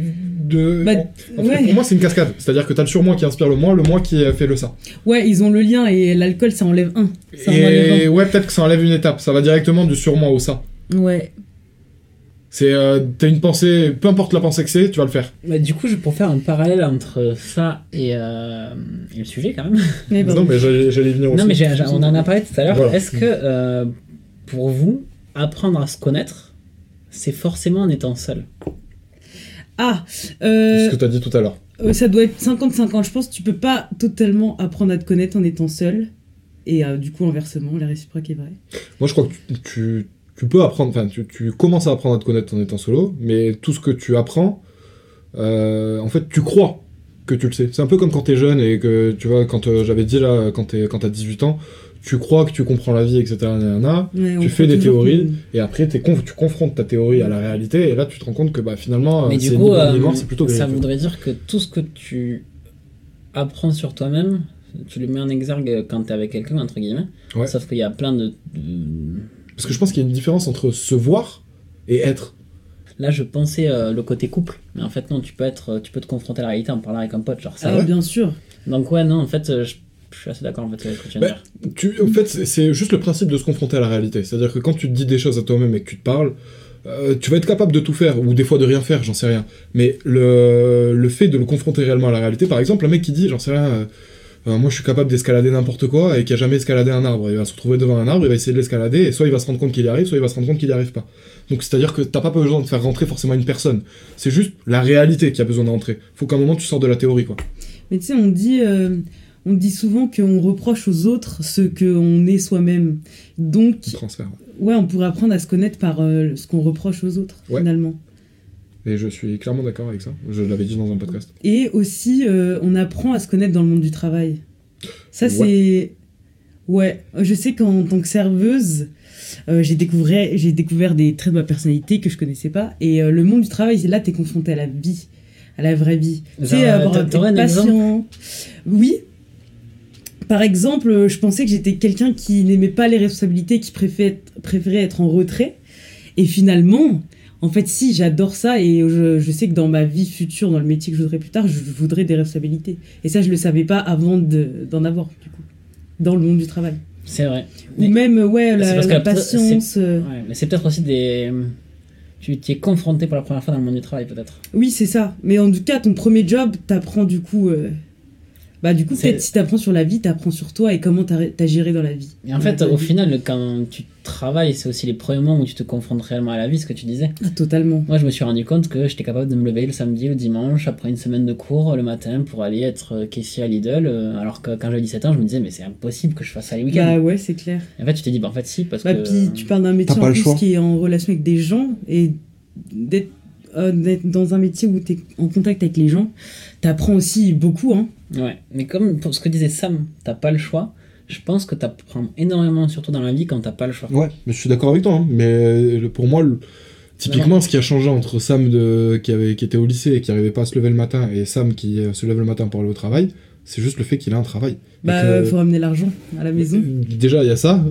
C: de...
D: Bah,
C: en fait,
D: ouais.
C: Pour moi, c'est une cascade. C'est-à-dire que t'as le surmoi qui inspire le moi, le moi qui euh, fait le ça.
D: Ouais, ils ont le lien et l'alcool ça enlève un. Ça en enlève
C: Et ouais, peut-être que ça enlève une étape. Ça va directement du surmoi au ça.
D: un. Ouais.
C: C'est euh, t'as une pensée, peu importe la pensée que c'est, tu vas le faire.
B: Bah, du coup je pour faire un parallèle entre ça et, euh, et le sujet quand même
D: Mais
C: non,
D: pardon.
C: mais j'allais j'allais y venir aussi.
B: non mais j'ai- j'ai- on en a parlé tout à l'heure
C: Voilà.
B: est-ce que euh, pour vous apprendre à se connaître c'est forcément en étant seul
D: Ah,
C: C'est
D: euh,
C: Ce que t'as dit tout à l'heure.
D: euh, ça doit être 50-50. Je pense que tu peux pas totalement apprendre à te connaître en étant seul. Et euh, du coup, inversement, la réciproque est vraie.
C: Moi, je crois que tu, tu, tu peux apprendre, enfin, tu, tu commences à apprendre à te connaître en étant solo, mais tout ce que tu apprends, euh, en fait, tu crois que tu le sais. C'est un peu comme quand t'es jeune et que, tu vois, quand euh, j'avais dit là, quand t'es- quand t'as 18 ans, tu crois que tu comprends la vie, etc. nanana,
D: Ouais, on
C: tu fais
D: croit
C: des
D: toujours
C: théories,
D: que-
C: et après, t'es conf- tu confrontes ta théorie à la réalité, et là, tu te rends compte que, bah, finalement, euh,
B: Mais du
C: c'est
B: coup,
C: ni bon
B: euh,
C: ni mort, c'est plutôt
B: ça
C: vérifié.
B: voudrait dire que tout ce que tu apprends sur toi-même, tu le mets en exergue quand t'es avec quelqu'un, entre guillemets.
C: Ouais.
B: Sauf qu'il y a plein de. de-
C: Parce que je pense qu'il y a une différence entre se voir et être.
B: Là, je pensais euh, le côté couple, mais en fait, non, tu peux, être, euh, tu peux te confronter à la réalité en parlant avec un pote, genre ça.
D: Ah, bien sûr.
B: Donc, ouais, non, en fait, euh, je, je suis assez d'accord en fait, avec ce que tu viens de
C: Bah,
B: dire.
C: Tu, en fait, c'est- c'est juste le principe de se confronter à la réalité. C'est-à-dire que quand tu te dis des choses à toi-même et que tu te parles, euh, tu vas être capable de tout faire, ou des fois de rien faire, j'en sais rien. Mais le, le fait de le confronter réellement à la réalité, par exemple, un mec qui dit, j'en sais rien, euh, euh, moi je suis capable d'escalader n'importe quoi et qui a jamais escaladé un arbre, il va se retrouver devant un arbre, il va essayer de l'escalader, et soit il va se rendre compte qu'il y arrive, soit il va se rendre compte qu'il n'y arrive pas. Donc c'est-à-dire que t'as pas besoin de faire rentrer forcément une personne. C'est juste la réalité qui a besoin de rentrer. Faut qu'à un moment tu sors de la théorie, quoi.
D: Mais tu sais, on dit, euh, on dit souvent qu'on reproche aux autres ce qu'on est soi-même. Donc,
C: Tu transfères.
D: ouais, on pourrait apprendre à se connaître par euh, ce qu'on reproche aux autres,
C: Ouais.
D: finalement.
C: Et je suis clairement d'accord avec ça. Je l'avais dit dans un podcast.
D: Et aussi, euh, on apprend à se connaître dans le monde du travail. Ça,
C: Ouais.
D: c'est. Ouais, je sais qu'en tant que serveuse, euh, j'ai découvert, j'ai découvert des traits de ma personnalité que je connaissais pas. Et euh, le monde du travail, c'est là, t'es confronté à la vie, à la vraie vie. Tu
B: Genre,
D: sais,
B: euh,
D: avoir
B: t'a-
D: être
B: t'aurais un exemple
D: patient. Oui. Par exemple, euh, je pensais que j'étais quelqu'un qui n'aimait pas les responsabilités, qui préfé- préférait être en retrait. Et finalement, en fait, si, j'adore ça et je, je sais que dans ma vie future, dans le métier que je voudrais plus tard, je voudrais des responsabilités. Et ça, je le savais pas avant de- d'en avoir, du coup, dans le monde du travail.
B: C'est vrai.
D: Ou
B: Mais-
D: même, ouais, la,
B: C'est parce que
D: la
B: la-
D: patience. euh,
B: Ouais, mais c'est peut-être aussi des. Tu t'y es confronté pour la première fois dans le monde du travail, peut-être.
D: Oui, c'est ça. Mais en tout cas, ton premier job, t'apprends du coup. euh, Bah, du coup,
B: C'est-
D: peut-être si t'apprends sur la vie, t'apprends sur toi et comment t'as t'as géré dans la vie.
B: Et en fait, au final, quand tu travailles, c'est aussi les premiers moments où tu te confrontes réellement à la vie, ce que tu disais.
D: Ah, totalement.
B: Moi, je me suis rendu compte que j'étais capable de me lever le samedi, le dimanche, après une semaine de cours, le matin, pour aller être euh, caissier à Lidl. euh, Alors que quand j'avais 17 ans, je me disais, mais c'est impossible que je fasse ça les week-ends.
D: Bah, ouais, c'est clair.
B: Et En fait, tu t'es dit, bah en fait, si, parce
D: Bah,
B: que.
D: puis tu parles d'un métier
C: pas
D: en
C: le
D: plus
C: choix.
D: qui est en relation avec des gens et d'être euh, d'être dans un métier où tu es en contact avec les gens, t'apprends aussi beaucoup. Hein.
B: Ouais, mais comme pour ce que disait Sam, t'as pas le choix. Je pense que t'apprends énormément, surtout dans la vie, quand t'as pas le choix.
C: Ouais, mais je suis d'accord avec toi. hein. Mais euh, le- pour moi, le- typiquement, ce qui a changé entre Sam de, qui, avait, qui était au lycée et qui n'arrivait pas à se lever le matin et Sam qui euh, se lève le matin pour aller au travail, c'est juste le fait qu'il a un travail.
D: Bah,
C: Et que-
D: faut ramener l'argent à la maison.
C: Déjà, il y a ça.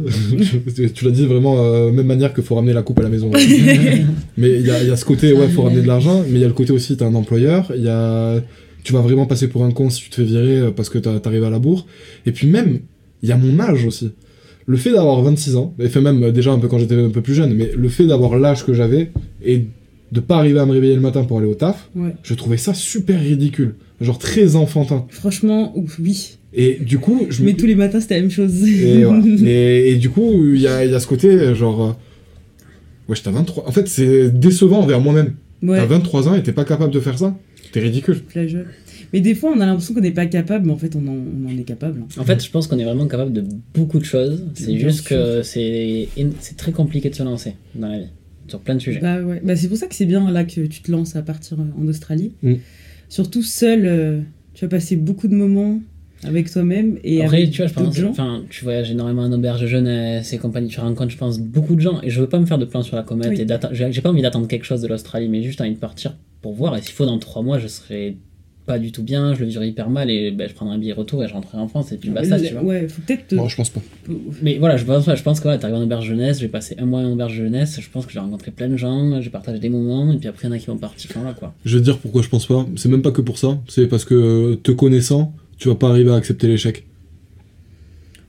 C: tu tu l'as dit vraiment euh, même manière que faut ramener la coupe à la maison. mais il y, a- il y a ce côté, ouais, faut ramener de l'argent. Mais il y a le côté aussi, t'as un employeur. Il y a, tu vas vraiment passer pour un con si tu te fais virer euh, parce que t'as- t'arrives à la bourre. Et puis même, il y a mon âge aussi. Le fait d'avoir 26 ans, et fait même euh, déjà un peu quand j'étais un peu plus jeune, mais le fait d'avoir l'âge que j'avais et de pas arriver à me réveiller le matin pour aller au taf,
D: Ouais.
C: je trouvais ça super ridicule. Genre très enfantin.
D: Franchement, ouf, oui.
C: Et du coup, je me
D: Mais tous les matins, c'était la même chose.
C: Mm. et, voilà. et, et du coup, il y a, il y a ce côté, euh, genre... euh, Ouais, t'as 23... En fait, c'est décevant envers moi-même. T'as
D: ouais,
C: 23 ans et t'es pas capable de faire ça T'es ridicule.
D: plagiat. Mais des fois, on a l'impression qu'on n'est pas capable, mais en fait, on en, on en est capable. hein.
B: En fait, je pense qu'on est vraiment capable de beaucoup de choses. C'est
D: Bien
B: juste
D: sûr.
B: que c'est c'est très compliqué de se lancer dans la vie, sur plein de sujets.
D: Bah ouais. Bah, c'est pour ça que c'est bien là que tu te lances à partir euh, en Australie.
C: Mm.
D: Surtout seul, euh, tu vas passer beaucoup de moments avec toi-même et
B: Après,
D: avec
B: tu vois, je
D: d'autres
B: pense,
D: gens.
B: enfin, tu voyages énormément en auberge de jeunesse et compagnie, tu rencontres, je pense, beaucoup de gens. Et je veux pas me faire de plan sur la comète
D: Oui.
B: et d'attendre- j'ai j'ai pas envie d'attendre quelque chose de l'Australie, mais juste envie de partir pour voir. Et s'il faut, dans trois mois, je serai pas du tout bien, je le vivrai hyper mal et ben, je prendrai un billet retour et je rentrerai en France et puis bah ça, tu vois.
D: Ouais, faut peut-être. te-
C: Moi, je pense pas.
B: Mais voilà, je pense, je pense que voilà, t'arrives en auberge jeunesse, j'ai passé un mois en auberge jeunesse, je pense que j'ai rencontré plein de gens, j'ai partagé des moments, et puis après, il y en a qui vont partir. Enfin, voilà, quoi.
C: Je vais te dire pourquoi je pense pas. C'est même pas que pour ça. C'est parce que euh, te connaissant, tu vas pas arriver à accepter l'échec.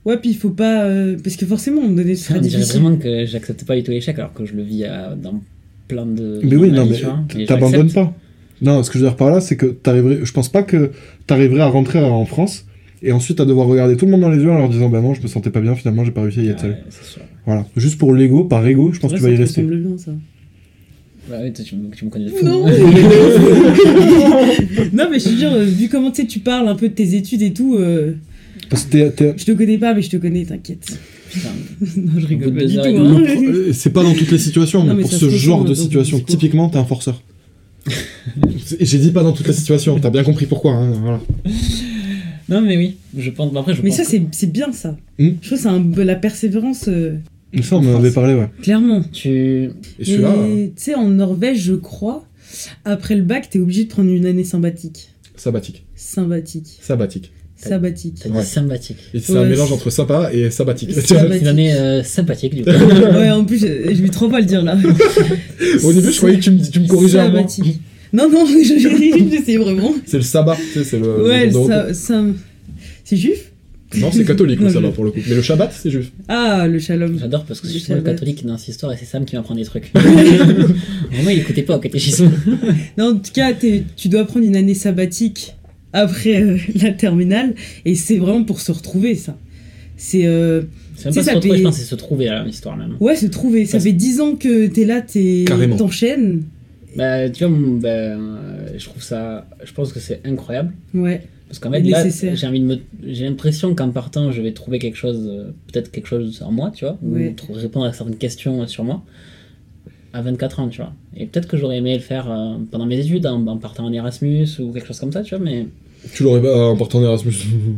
D: Ouais, puis il faut pas. euh, parce que forcément, on me donnait ce
B: On
D: serait
B: dirait
D: difficile.
B: vraiment que j'accepte pas du tout l'échec alors que je le vis à- dans plein de.
C: Mais
B: dans
C: oui,
B: ma
C: non,
B: vie,
C: mais
B: tu vois, et je
C: t'abandonnes
B: l'accepte.
C: pas. Non, ce que je veux dire par là, c'est que t'arriverais... Je pense pas que t'arriverais à rentrer euh, en France et ensuite à devoir regarder tout le monde dans les yeux en leur disant « Bah non, je me sentais pas bien, finalement, j'ai pas réussi à y être seul.
B: Ouais, c'est sûr.
C: Voilà. Juste pour l'ego, par ego, je pense que tu vas y
D: Ça te
C: rester.
D: semble bien, ça.
B: Ouais, ouais, Bah toi, tu, me- tu me connais de fou.
D: Non. non, mais je suis dire, euh, vu comment tu sais, tu parles un peu de tes études et tout, euh,
C: Parce que t'es- t'es-
D: Je te connais pas, mais je te connais, t'inquiète.
B: Putain,
D: non, je rigole pas
B: Deux
D: du tout.
B: heures et
D: hein.
B: demie.
C: le pro- euh, c'est pas dans toutes les situations,
D: Non,
C: mais,
D: mais
C: pour
D: ça
C: ce
D: se
C: genre
D: ressent
C: de
D: dans ton
C: situation,
D: discours.
C: typiquement, t'es un forceur. Et J'ai dit pas dans toutes les situations, t'as bien compris pourquoi. hein, voilà.
B: Non, mais oui, je pense. bah, Après, je
D: Mais
B: pense
D: ça,
B: que-
D: c'est c'est bien ça.
C: Hmm.
D: Je trouve que c'est un peu la persévérance, euh,
C: Une fois, on en avait parlé, ouais.
D: clairement.
B: Tu.
C: Et
D: Mais
C: celui-là, euh,
D: tu sais, en Norvège, je crois, après le bac, t'es obligé de prendre une année sabbatique.
C: sabbatique.
D: Sabbatique.
C: Sabbatique.
D: Sabbatique.
B: T'as dit
C: Ouais.
B: sympathique.
C: Et c'est un
D: Ouais,
C: mélange
D: c'est-
C: entre sympa et sabbatique.
D: C'est
C: Tu vois,
D: sabbatique.
B: C'est une année euh, sympathique, du coup.
D: ouais, en plus, euh, je, je vais trop pas le dire là.
C: Au début, je croyais que tu me, tu me corrigeais à moi.
D: Sabbatique. Non, non, je- je- j'essayais vraiment.
C: C'est le sabbat, tu sais, c'est le.
B: Euh,
C: le
D: Ouais,
C: jour de repos.
D: ça. ça- C'est juif
C: Non, c'est catholique
D: Non,
C: le sabbat
D: je-
C: pour le coup. Mais le shabbat, c'est juif.
D: Ah, le shalom.
B: J'adore parce que c'est
D: Le
B: justement le
D: Shabbat.
B: catholique dans cette histoire et c'est Sam qui m'apprend des trucs. Vraiment, il écoutait pas au catéchisme.
D: Non, en tout cas, t'es- tu dois prendre une année sabbatique après euh, la terminale. Et c'est vraiment pour se retrouver, ça. C'est. euh,
B: C'est même pas
D: Tu sais,
B: se
D: ça
B: retrouver,
D: fait-
B: je pense, c'est se trouver là, l'histoire même.
D: Ouais, se trouver. Ça
B: Parce-
D: fait 10 ans que t'es là, t'es-
C: Carrément.
D: t'enchaînes.
B: Bah, tu vois, mon- bah, euh, je trouve ça. Je pense que c'est incroyable.
D: Ouais.
B: Parce qu'en fait,
D: Et
B: là,
D: nécessaire.
B: j'ai envie de me- j'ai l'impression qu'en partant, je vais trouver quelque chose, euh, peut-être quelque chose en moi, tu vois, ou
D: Ouais.
B: tr- répondre à certaines questions euh, sur moi à 24 ans, tu vois. Et peut-être que j'aurais aimé le faire euh, pendant mes études, en, en partant en Erasmus ou quelque chose comme ça, tu vois, mais
C: Tu l'aurais pas en partant en Erasmus.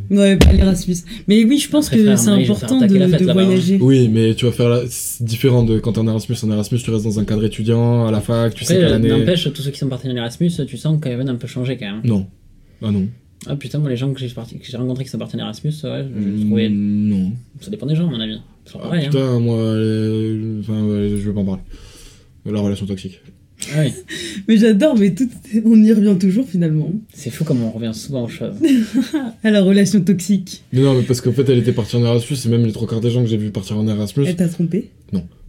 D: Ouais, pas l'Erasmus. Mais oui, je pense
B: Après, faire
D: que
B: un
D: c'est
B: mari, je vais faire
D: important de,
B: attaquer la fête
D: de
B: là-bas, hein.
D: voyager.
C: oui, mais tu vas faire la... c'est différent de quand t'es en Erasmus. En Erasmus, tu restes dans un cadre étudiant, à la fac, tu sais
B: après,
C: qu'à
B: euh,
C: l'année.
B: n'empêche, tous ceux qui sont partis en Erasmus, tu sens qu'ils viennent un peu changer quand même.
C: Non. Ah non.
B: Ah putain, moi, les gens que j'ai parti- que j'ai rencontrés qui sont partis en Erasmus, ouais, je- je les trouvais-
C: Mm, Non.
B: ça dépend des gens, à mon avis. C'est toujours
C: Ah,
B: pareil, hein.
C: putain, moi, euh, enfin, ouais, je veux pas en parler. La relation toxique.
B: Ah oui.
D: Mais j'adore, mais tout, on y revient toujours finalement.
B: C'est fou comme on revient souvent aux choses.
D: À la relation toxique.
C: Mais non, mais parce qu'en fait, elle était partie en Erasmus, et même les trois quarts des gens que j'ai vu partir en Erasmus.
D: Elle t'a trompé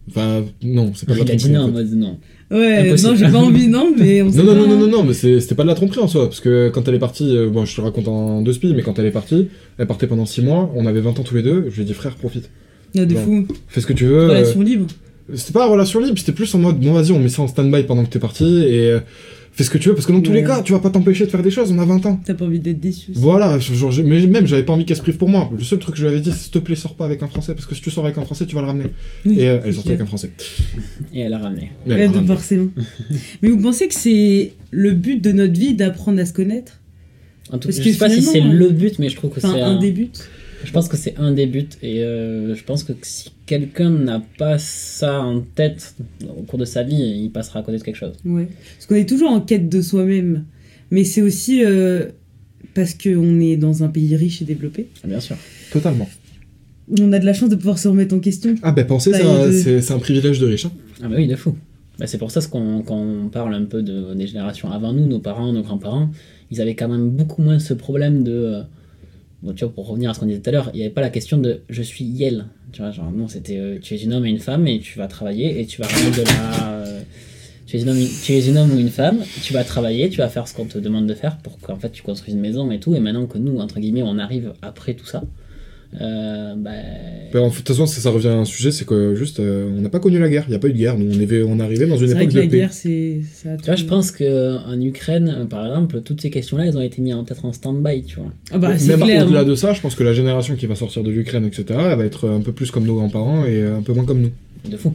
C: Enfin, non, c'est pas de la
B: Il a dit
C: tromperie, en
B: non en
C: fait.
B: mode non.
D: Ouais,
B: Impossible.
D: non, j'ai pas envie, non, mais on sait
C: Non, non,
D: pas.
C: non, non, non, non, mais c'est- c'était pas de la tromperie en soi, parce que quand elle est partie, euh, bon, je te le raconte en deux spies, mais quand elle est partie, elle partait pendant six mois, on avait 20 ans tous les deux, je lui ai dit frère, profite,
D: Non, de
C: Non.
D: fou.
C: fais ce que tu veux. euh,
D: Relation libre.
C: C'était pas relation libre, c'était plus en mode, bon, vas-y, on met ça en stand-by pendant que t'es parti, et euh, fais ce que tu veux, parce que dans tous
D: Ouais.
C: les cas, tu vas pas t'empêcher de faire des choses, on a 20 ans.
D: T'as pas envie d'être déçu. aussi.
C: Voilà, je- genre, j'ai- mais même j'avais pas envie qu'elle se prive pour moi. Le seul truc que je lui avais dit, c'est s'il te plaît, sors pas avec un français, parce que si tu sors avec un français, tu vas le ramener.
D: Oui,
C: Et euh, elle
D: c'est
C: sortait
D: clair.
C: avec un français.
B: Et elle a ramené.
C: Et elle
D: Ouais,
C: l'a
D: donc
C: ramené.
D: forcément. mais vous pensez que c'est le but de notre vie d'apprendre à se connaître
B: En tout,
D: Parce
B: je
D: que
B: sais pas si c'est
D: finalement, euh,
B: le but, mais je trouve que c'est
D: Enfin, un
B: un-
D: des buts
B: Je pense que c'est un des buts et euh, je pense que si quelqu'un n'a pas ça en tête au cours de sa vie, il passera à côté de quelque chose.
D: Ouais. Parce qu'on est toujours en quête de soi-même. Mais c'est aussi euh, parce qu'on est dans un pays riche et développé.
B: Bien sûr.
C: Totalement.
D: On a de la chance de pouvoir se remettre en question.
C: Ah, ben, penser,
D: Bah,
C: c'est un-
D: il-
C: c'est c'est un privilège de riche. hein.
B: Ah bah oui, de fou. Bah, c'est pour ça ce qu'on quand on parle un peu de, des générations avant nous, nos parents, nos grands-parents, ils avaient quand même beaucoup moins ce problème de... euh, bon, tu vois, pour revenir à ce qu'on disait tout à l'heure, il n'y avait pas la question de « je suis Yel ». Tu vois, genre non, c'était euh, tu es un homme et une femme et tu vas travailler et tu vas ramener de la... euh, tu, es un homme, tu es un homme ou une femme, tu vas travailler, tu vas faire ce qu'on te demande de faire pour qu'en fait tu construises une maison et tout. Et maintenant que nous, entre guillemets, on arrive après tout ça, euh, bah,
C: Ben, en fait, de toute façon, ça, ça revient à un sujet, c'est que juste, euh, on n'a pas connu la guerre. Il n'y a pas eu de guerre. Nous, on est, on est arrivé dans une
D: C'est vrai
C: époque
D: que
C: de
D: la
C: paix.
D: guerre, c'est. ça a
B: Tu vois,
D: tout-
B: je pense qu'en Ukraine, euh, par exemple, toutes ces questions-là, elles ont été mises en- peut-être en stand-by, tu vois.
D: Ah bah, c'est
C: Même
D: clair.
C: au-delà
D: hein.
C: de ça, je pense que la génération qui va sortir de l'Ukraine, etc., elle va être un peu plus comme nos grands-parents et euh, un peu moins comme nous.
B: De fou.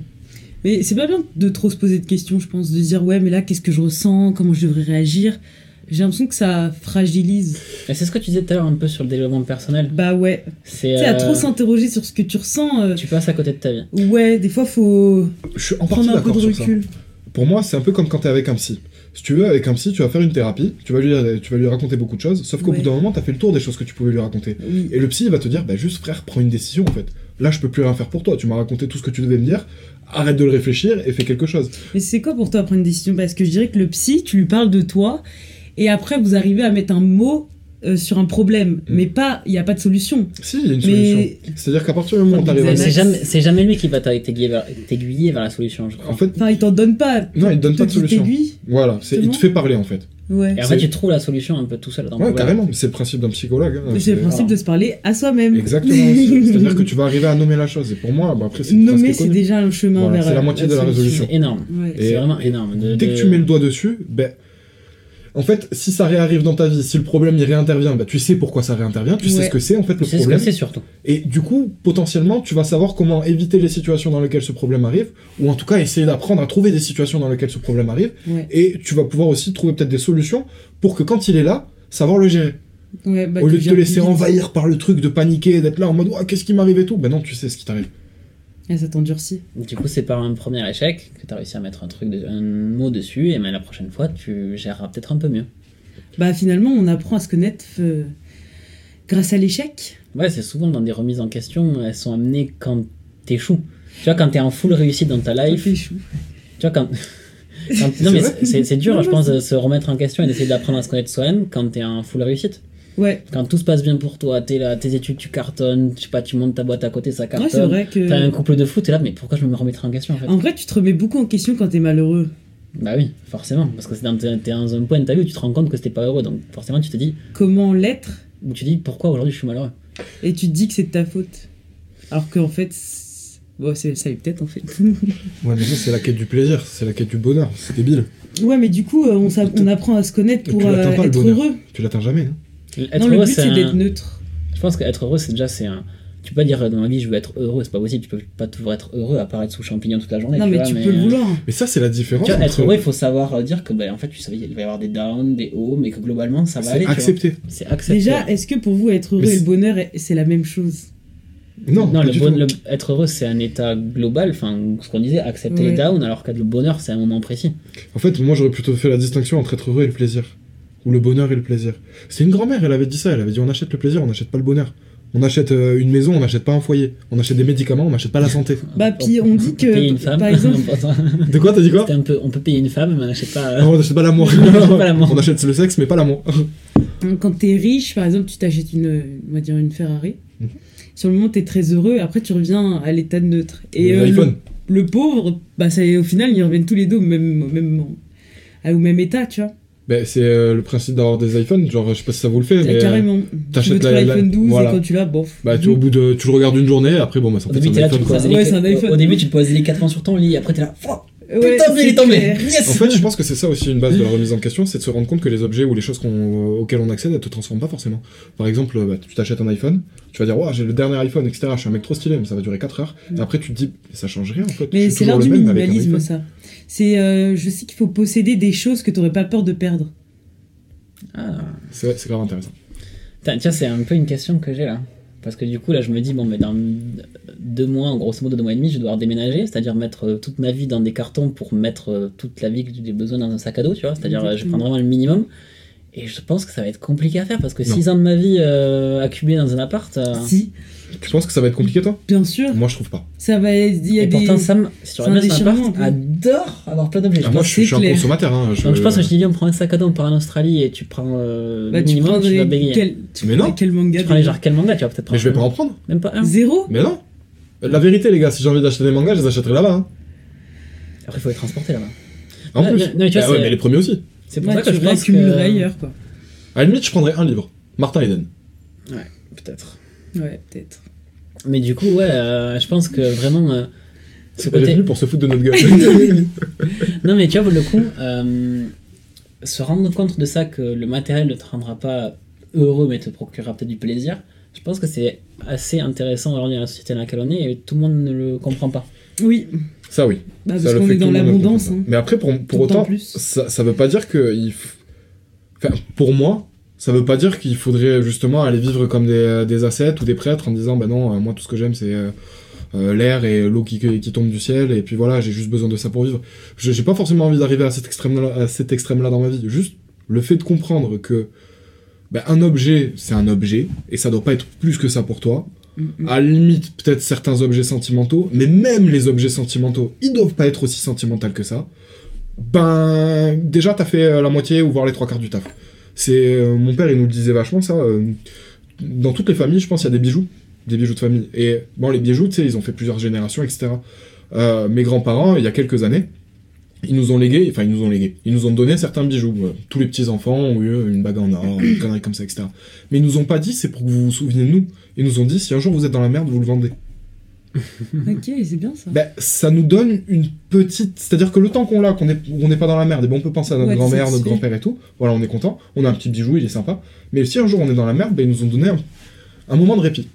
D: Mais c'est pas bien de trop se poser de questions, je pense, de dire ouais, mais là, qu'est-ce que je ressens Comment je devrais réagir J'ai l'impression que ça fragilise.
B: Et c'est ce que tu disais tout à l'heure un peu sur le développement personnel.
D: Bah ouais.
B: C'est.
D: Tu sais, à
B: euh,
D: trop s'interroger sur ce que tu ressens. euh,
B: Tu passes à côté de ta vie.
D: Ouais, des fois, faut
C: Je suis en partie
D: prendre un peu
C: d'accord
D: de
C: sur ça.
D: recul.
C: Pour moi, c'est un peu comme quand t'es avec un psy. Si tu veux, avec un psy, tu vas faire une thérapie, tu vas lui, tu vas lui raconter beaucoup de choses, sauf qu'au
D: Ouais.
C: bout d'un moment, t'as fait le tour des choses que tu pouvais lui raconter.
D: Oui.
C: Et le psy, il va te dire, bah juste frère, prends une décision en fait. Là, je peux plus rien faire pour toi. Tu m'as raconté tout ce que tu devais me dire. Arrête de le réfléchir et fais quelque chose.
D: Mais c'est quoi pour toi prendre une décision Parce que je dirais que le psy, tu lui parles de toi, et après, vous arrivez à mettre un mot euh, sur un
C: Mm.
D: problème. Mais pas, il n'y a pas de solution.
C: Si, il y a une
D: Mais-
C: solution. C'est-à-dire qu'à partir du moment où t'arrives à
D: Mais
B: Mais
D: Max-
B: C'est jamais, c'est jamais lui qui va t'a- t'aiguiller vers, t'aiguiller vers la solution, je crois.
C: En fait,
D: Enfin, il t'en donne pas.
C: non, il te donne pas de
D: Toi qui
C: solution.
D: t'aiguilles.
C: Voilà, c'est il te
D: Justement.
C: fait parler en fait.
D: Ouais.
B: Et en fait,
C: c'est-
B: tu trouves la solution un peu tout seul dans
C: Ouais,
B: ton bonheur.
C: carrément, c'est le principe d'un psychologue. hein,
D: C'est le principe de se parler à soi-même.
C: Exactement. c'est- C'est-à-dire que tu vas arriver à nommer la chose. Et pour moi, bah, après, c'est une phrase qui
D: Nommer,
C: est
D: c'est
C: connue.
D: déjà un chemin
C: Voilà,
D: vers
C: c'est la moitié de la
B: C'est énorme.
D: Ouais.
C: Et-
B: C'est vraiment énorme. De-
C: Dès
B: de-
C: que tu mets le doigt dessus, ben. En fait, si ça réarrive dans ta vie, si le problème il réintervient, bah, tu sais pourquoi ça réintervient, tu sais
D: Ouais.
C: ce que c'est en fait le
B: C'est ce que
C: problème.
B: c'est surtout.
C: Et du coup, potentiellement, tu vas savoir comment éviter les situations dans lesquelles ce problème arrive, ou en tout cas essayer d'apprendre à trouver des situations dans lesquelles ce problème arrive,
D: Ouais.
C: et tu vas pouvoir aussi trouver peut-être des solutions pour que quand il est là, savoir le gérer.
D: Ouais, bah,
C: Au
D: tu
C: lieu de te
D: viens
C: laisser
D: vite.
C: envahir par le truc, de paniquer, et d'être là en mode Ouah, qu'est-ce qui m'arrive et tout, ben non, tu sais ce qui t'arrive.
D: Ouais, ça t'endurcit.
B: Du coup, c'est par un premier échec que tu as réussi à mettre un, truc de- un mot dessus, et ben, la prochaine fois, tu géreras peut-être un peu mieux.
D: Bah finalement, on apprend à se connaître euh, grâce à l'échec.
B: Ouais, c'est souvent dans des remises en question, elles sont amenées quand t'échoues. Tu vois, quand t'es en full réussite dans ta life,
D: Fait chou.
B: tu vois, quand. quand- non, mais
C: vrai.
B: c'est- c'est c'est dur,
D: Non,
B: je
D: non,
B: pense, de se remettre en question et d'essayer d'apprendre à se connaître soi-même quand t'es en full réussite.
D: Ouais,
B: Quand tout se passe bien pour toi, t'es là, tes études, tu cartonnes, je sais pas, tu montes ta boîte à côté, ça
D: ouais c'est
B: cartonne.
D: vrai que. Ah.
B: T'as un couple de fou, t'es là, mais pourquoi je me remettrais en question en fait
D: En vrai, tu te remets beaucoup en question quand t'es malheureux.
B: Bah oui, forcément, parce que c'est dans, t'es t'es dans un point de ta vie où tu te rends compte que c'était pas heureux, donc forcément tu te dis,
D: Comment l'être
B: ou tu dis pourquoi aujourd'hui je suis malheureux.
D: Et tu te dis que c'est de ta faute. Alors qu'en fait. c'est- Bon, c'est- ça est peut-être en fait.
C: Ouais, mais ça, c'est la quête du plaisir, c'est la quête du bonheur, c'est débile.
D: ouais, mais du coup, euh, on, s'app- on apprend à se
C: Et
D: connaître pour
C: tu l'atteins
D: euh,
C: pas, le
D: être
C: bonheur.
D: heureux.
C: Tu l'atteins jamais. hein.
B: Être
D: non, le
B: heureux,
D: but c'est
B: un-
D: d'être neutre.
B: Je pense qu'être heureux, c'est déjà, c'est un. Tu peux pas dire euh, dans ma vie je veux être heureux, c'est pas possible, tu peux pas toujours être heureux à part être sous champignon toute la journée.
D: non, mais
B: vois,
D: tu peux le
B: euh,
D: vouloir.
C: Mais ça, c'est la différence.
B: Tu vois, être
C: entre-
B: heureux, il faut savoir euh, dire que bah, en fait, tu savais, il va y avoir des downs, des hauts, mais que globalement ça va
C: c'est
B: aller. tu
C: accepter.
B: vois. C'est accepté.
D: Déjà, est-ce que pour vous, être heureux
C: Mais
D: et
C: c'est-
D: le bonheur, est- c'est la même chose
C: Non, pas
B: le
C: du
B: bon-
C: tout.
B: le- être heureux, c'est un état global, enfin, ce qu'on disait, accepter les
D: Ouais.
B: downs, alors que le bonheur, c'est un moment précis.
C: En fait, moi, j'aurais plutôt fait la distinction entre être heureux et le plaisir. Ou le bonheur et le plaisir. C'est une grand-mère, elle avait dit ça. Elle avait dit on achète le plaisir, on n'achète pas le bonheur. On achète euh, une maison, on n'achète pas un foyer. On achète des médicaments, on n'achète pas la santé.
D: Bah, puis on dit que.
B: payer une femme,
D: par exemple.
C: De quoi, t'as dit quoi
B: C'était un peu, on peut payer une femme, mais on n'achète pas. euh,
C: Ah, On n'achète pas l'amour.
B: On n'achète pas l'amour.
C: on achète le sexe, mais pas l'amour.
D: Quand t'es riche, par exemple, tu t'achètes une, on va dire une Ferrari.
C: Mhm.
D: Sur le moment, t'es très heureux. Après, tu reviens à l'état neutre. Et
C: Ou
D: euh,
C: l'iPhone.
D: le, le pauvre, bah, ça, au final, ils reviennent tous les deux au même, au même, au même état, tu vois.
C: Ben, c'est euh, le principe d'avoir des iPhones. Genre, je sais pas si ça vous le fait,
D: T'as
C: mais. euh,
D: Ah, carrément. Tu
C: t'achètes
D: veux te
C: la- la-
D: l'iPhone 12
C: voilà.
D: et quand tu l'as, bof.
C: Bah, tu, au bout de, tu le regardes une journée, après, bon, bah, ça
B: Au
C: fait
B: début,
C: un
B: t'es là, tu
C: iPhone,
B: te
C: quoi.
B: poses les-
D: Ouais, c'est un
B: au-
D: iPhone.
B: au début, tu te poses les 4 ans sur ton lit, après, t'es là, oh,
D: Ouais,
B: putain, mais il
D: c'est
B: est tombé
D: clair.
B: Yes
C: En fait, je pense que c'est ça aussi une base de la remise en question, c'est de se rendre compte que les objets ou les choses qu'on- euh, auxquelles on accède, elles te transforment pas forcément. Par exemple, bah, tu t'achètes un iPhone, tu vas dire, ouais, j'ai le dernier iPhone, etc. Je suis un mec trop stylé, mais ça va durer 4 heures. Et après, tu te dis, mais ça change rien en fait.
D: Mais
C: je suis
D: c'est l'art
C: toujours
D: du
C: le même avec un
D: minimalisme,
C: iPhone.
D: ça. C'est, euh, je sais qu'il faut posséder des choses que t'aurais pas peur de perdre.
B: Ah.
C: C'est c'est grave intéressant.
B: Tiens, tiens, c'est un peu une question que j'ai là. Parce que du coup, là, je me dis, bon, mais dans deux mois, en grosso modo deux mois et demi, je vais devoir déménager, c'est-à-dire mettre euh, toute ma vie dans des cartons pour mettre euh, toute la vie que j'ai besoin dans un sac à dos, tu vois. C'est-à-dire, euh, je prends vraiment le minimum. Et je pense que ça va être compliqué à faire parce que
C: Non.
B: 6 ans de ma vie euh, accumulée dans un appart. euh,
C: Ah.
D: Si,
C: Tu penses que ça va être compliqué toi
D: bien sûr.
C: Moi, je trouve pas.
D: Ça va. Il y a
B: Et
D: des.
B: pourtant, Sam, si tu
D: c'est un
B: regardes bien son
D: déchirement,
B: appart,
D: un peu.
B: adore avoir plein d'objets.
C: Ah, moi, je suis, je suis un
D: clair.
C: consommateur. hein, je-
B: Donc, je pense que je dis, on prend un sac à dos, on part en Australie et tu prends euh,
D: Euh. Bah,
B: le
D: tu
B: minimum,
D: prends
B: tu vas
D: des-
B: bégayer.
D: quel, tu
C: Mais
D: prends
C: non.
D: quel manga
B: Tu prends les
D: déjà
B: genre quel manga, tu vas peut-être
C: Mais
B: prendre.
C: je vais pas en prendre.
B: Même pas un.
D: Zéro
C: Mais non La vérité, les gars, si j'ai envie d'acheter des mangas, je les achèterai là-bas. hein.
B: Après, il faut les transporter là-bas.
C: En
B: Ouais,
C: plus.
B: mais- non, mais tu vois,
C: Ah ouais,
B: c'est-
C: mais les premiers aussi.
B: C'est pour
D: Ouais,
B: ça que
D: tu
B: je pense que.
D: réaccumulerais euh, ailleurs, quoi.
C: À la limite, je prendrais un livre. Martin Eden.
B: Ouais, peut-être.
D: Ouais, peut-être.
B: Mais du coup, ouais, euh, je pense que vraiment. euh,
C: Elle
B: ce
C: est
B: côté...
C: venue pour se foutre de notre gueule.
B: Non, mais tu vois, pour le coup, euh, se rendre compte de ça, que le matériel ne te rendra pas heureux, mais te procurera peut-être du plaisir, je pense que c'est assez intéressant aujourd'hui dans la société dans laquelle on est et tout le monde ne le comprend pas.
D: Oui,
C: Ça oui.
D: Bah,
C: Ça
D: parce
C: le
D: qu'on
C: fait
D: est
C: que
D: dans
C: tout le monde le
D: l'abondance,
C: comprend.
D: hein.
C: Mais après, pour, pour
D: Tout le temps
C: autant,
D: plus.
C: ça, ça veut pas dire que. Il f- enfin, pour moi, ça veut pas dire qu'il faudrait justement aller vivre comme des, des ascètes ou des prêtres en disant Bah non, euh, moi tout ce que j'aime c'est euh, euh, l'air et l'eau qui, qui tombe du ciel, et puis voilà, j'ai juste besoin de ça pour vivre. Je- J'ai pas forcément envie d'arriver à cet extrême-là extrême dans ma vie. Juste le fait de comprendre que. bah, un objet, c'est un objet, et ça doit pas être plus que ça pour toi. À la limite, peut-être certains objets sentimentaux, mais même les objets sentimentaux, ils doivent pas être aussi sentimentaux que ça. Ben, déjà, t'as fait euh, la moitié ou voire les trois quarts du taf. C'est euh, mon père, il nous le disait vachement ça. euh, dans toutes les familles, je pense, il y a des bijoux, des bijoux de famille. Et bon, les bijoux, tu sais, ils ont fait plusieurs générations, etc. Euh, mes grands-parents, il y a quelques années, ils nous ont légué, enfin ils nous ont légué, ils nous ont donné certains bijoux. euh, Tous les petits enfants ont eu euh, une bague en or, une connerie comme ça, etc. Mais ils nous ont pas dit c'est pour que vous vous souveniez de nous. Ils nous ont dit si un jour vous êtes dans la merde, vous le vendez.
D: Ok, c'est bien ça.
C: Ben, ça nous donne une petite. C'est-à-dire que le temps qu'on l'a, qu'on est- on n'est pas dans la merde, et bon, on peut penser à notre
D: Ouais,
C: grand-mère,
D: c'est-
C: notre grand-père et tout, voilà, on est content, on a un petit bijou, il est sympa. Mais si un jour on est dans la merde, ben, ils nous ont donné un, un moment de répit.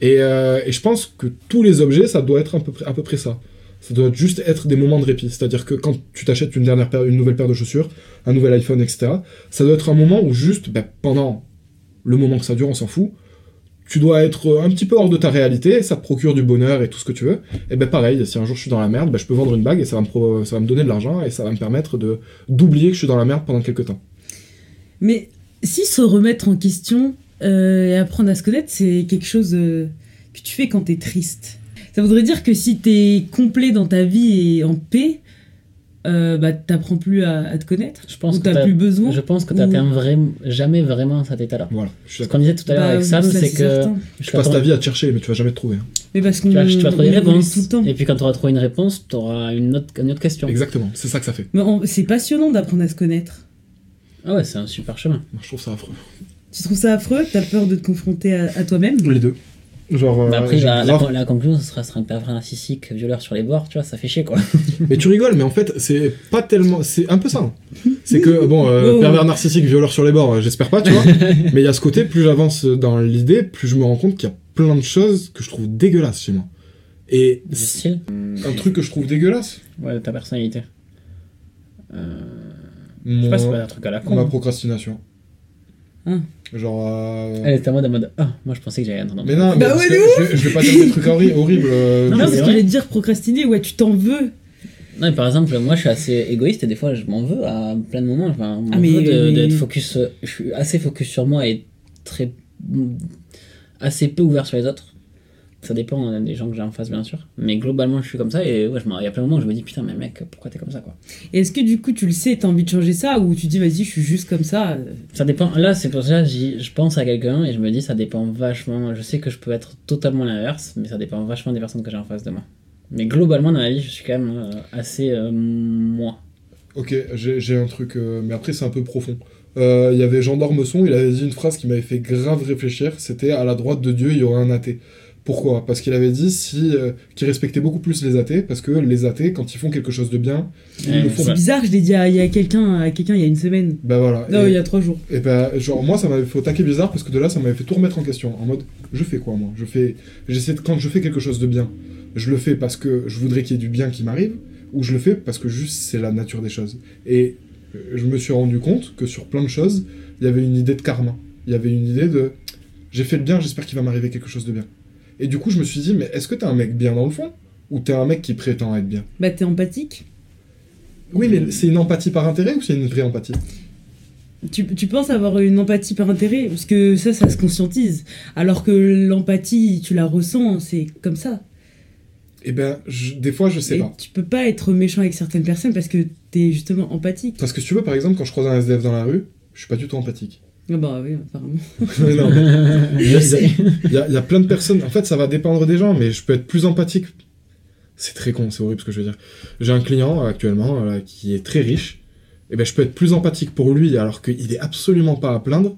C: Et, euh, et je pense que tous les objets, ça doit être à peu, près- à peu près ça. Ça doit juste être des moments de répit. C'est-à-dire que quand tu t'achètes une, dernière paire- une nouvelle paire de chaussures, un nouvel iPhone, etc., ça doit être un moment où juste, ben, pendant le moment que ça dure, on s'en fout, tu dois être un petit peu hors de ta réalité, ça te procure du bonheur et tout ce que tu veux. Et ben pareil, si un jour je suis dans la merde, ben je peux vendre une bague et ça va me, pro- ça va me donner de l'argent et ça va me permettre de d'oublier que je suis dans la merde pendant quelques temps.
D: Mais si se remettre en question euh, et apprendre à se connaître, c'est quelque chose euh, que tu fais quand t'es triste. Ça voudrait dire que si t'es complet dans ta vie et en paix, euh, bah t'apprends plus à, à te connaître.
B: Je pense
D: ou
B: que
D: t'as
B: t'as-
D: plus besoin.
B: Je pense que
D: Ou-
B: t'atteins vrai, jamais vraiment cet état-là.
C: Voilà, je suis
B: Ce
C: d'accord.
B: qu'on disait tout à l'heure
D: Bah,
B: avec Sam,
D: ça,
B: c'est
D: c'est
B: que
D: certain.
C: Tu passes ta vie à te chercher, mais tu vas jamais te trouver. hein.
D: Mais parce qu'on
B: Tu vas, tu vas trouver
D: on
B: des
D: évolue
B: réponses.
D: tout le temps.
B: Et puis quand tu auras trouvé une réponse, tu auras une autre, une autre question.
C: Exactement, c'est ça que ça fait.
D: Mais on- c'est passionnant d'apprendre à se connaître.
B: Ah ouais, c'est un super chemin.
C: Moi, je trouve ça affreux.
D: Tu trouves ça affreux T'as peur de te confronter à, à toi-même
C: Les deux. Genre. euh,
B: Bah après,
C: j'ai
B: la, la,
C: grave-
B: la conclusion, ce sera, ce sera un pervers narcissique, violeur sur les bords, tu vois, ça fait chier quoi.
C: Mais tu rigoles, mais en fait, c'est pas tellement. C'est un peu ça. hein. C'est que, bon, euh,
D: Oh.
C: pervers narcissique, violeur sur les bords, euh, j'espère pas, tu vois. mais il y a ce côté, plus j'avance dans l'idée, plus je me rends compte qu'il y a plein de choses que je trouve dégueulasses chez moi. Et
B: Du style
C: un truc que je trouve dégueulasse,
B: Ouais, de ta personnalité. Je sais
C: mon-
B: pas, c'est pas un truc à la con.
C: ma procrastination.
D: Hein.
C: Genre. euh,
B: Elle était en mode, en mode, ah, moi je pensais que j'allais entendre.
C: Mais non, mais
D: Bah
C: parce
D: ouais,
C: que
D: de
C: je, vais- je vais pas dire des trucs horri- horribles. euh,
B: mais
D: Non,
C: je-
D: parce
B: c'est
D: qu'il
B: vrai.
D: allait dire procrastiner, ouais, tu t'en veux.
B: Non, mais par exemple, moi je suis assez égoïste et des fois je m'en veux à plein de moments. Je m'en
D: Ah,
B: m'en
D: mais-
B: veux de-
D: mais-
B: d'être focus. euh, Je suis assez focus sur moi et très. assez peu ouvert sur les autres. Ça dépend euh, des gens que j'ai en face, bien sûr. Mais globalement, je suis comme ça et ouais, je m'en- il y a plein de moments où je me dis putain, mais mec, pourquoi t'es comme ça quoi
D: Et est-ce que du coup tu le sais, t'as envie de changer ça ou tu dis vas-y, je suis juste comme ça euh,
B: Ça dépend. Là, c'est pour ça que j'y- je pense à quelqu'un et je me dis ça dépend vachement. Je sais que je peux être totalement l'inverse, mais ça dépend vachement des personnes que j'ai en face de moi. Mais globalement, dans la vie, je suis quand même euh, assez euh, moi.
C: Ok, j'ai j'ai un truc, euh, mais après c'est un peu profond. Euh, Il y avait Jean d'Ormesson, il avait dit une phrase qui m'avait fait grave réfléchir, c'était à la droite de Dieu, il y aurait un athée. Pourquoi Parce qu'il avait dit si, euh, qu'il respectait beaucoup plus les athées, parce que les athées, quand ils font quelque chose de bien,
B: Ouais,
C: ils le font.
B: ouais.
D: C'est bizarre, je l'ai dit à, il y a quelqu'un à quelqu'un il y a une semaine.
C: Ben voilà.
D: Non,
C: et,
D: il y a trois jours.
C: et ben, genre, moi, ça m'avait fait au taquet bizarre, parce que de là, ça m'avait fait tout remettre en question. En mode, je fais quoi, moi Je fais. J'essaie de. Quand je fais quelque chose de bien, je le fais parce que je voudrais qu'il y ait du bien qui m'arrive, ou je le fais parce que juste c'est la nature des choses. Et euh, je me suis rendu compte que sur plein de choses, il y avait une idée de karma. Il y avait une idée de j'ai fait le bien, j'espère qu'il va m'arriver quelque chose de bien. Et du coup, je me suis dit, mais est-ce que t'es un mec bien dans le fond Ou t'es un mec qui prétend être bien Euh,
D: Bah t'es empathique.
C: Oui, mais c'est une empathie par intérêt ou c'est une vraie empathie
D: Tu, tu penses avoir une empathie par intérêt Parce que ça, ça se conscientise. Alors que l'empathie, tu la ressens, c'est comme ça.
C: Eh ben, je- des fois, je sais
D: Et
C: pas.
D: tu peux pas être méchant avec certaines personnes parce que t'es justement empathique.
C: Parce que si tu veux, par exemple, quand je croise un SDF dans la rue, je suis pas du tout empathique.
D: Ah bah oui, apparemment.
C: Mais non,
B: je sais.
C: il y, a- il y a plein de personnes. En fait, ça va dépendre des gens, mais je peux être plus empathique. C'est très con, c'est horrible ce que je veux dire. J'ai un client euh, actuellement euh, qui est très riche. Et ben, je peux être plus empathique pour lui alors qu'il est absolument pas à plaindre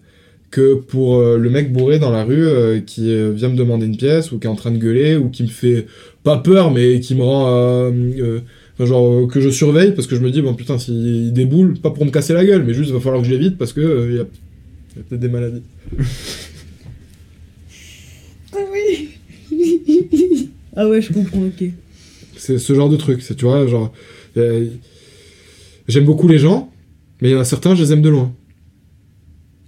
C: que pour euh, le mec bourré dans la rue euh, qui euh, vient me demander une pièce ou qui est en train de gueuler ou qui me fait pas peur mais qui me rend euh, euh, enfin, genre euh, que je surveille parce que je me dis bon putain s'il déboule pas pour me casser la gueule mais juste il va falloir que je l'évite parce que euh, il y a, il y a peut-être des maladies.
D: Ah ouais, je comprends, ok.
C: C'est ce genre de truc, c'est tu vois, genre euh, j'aime beaucoup les gens, mais il y en a certains, je les aime de loin.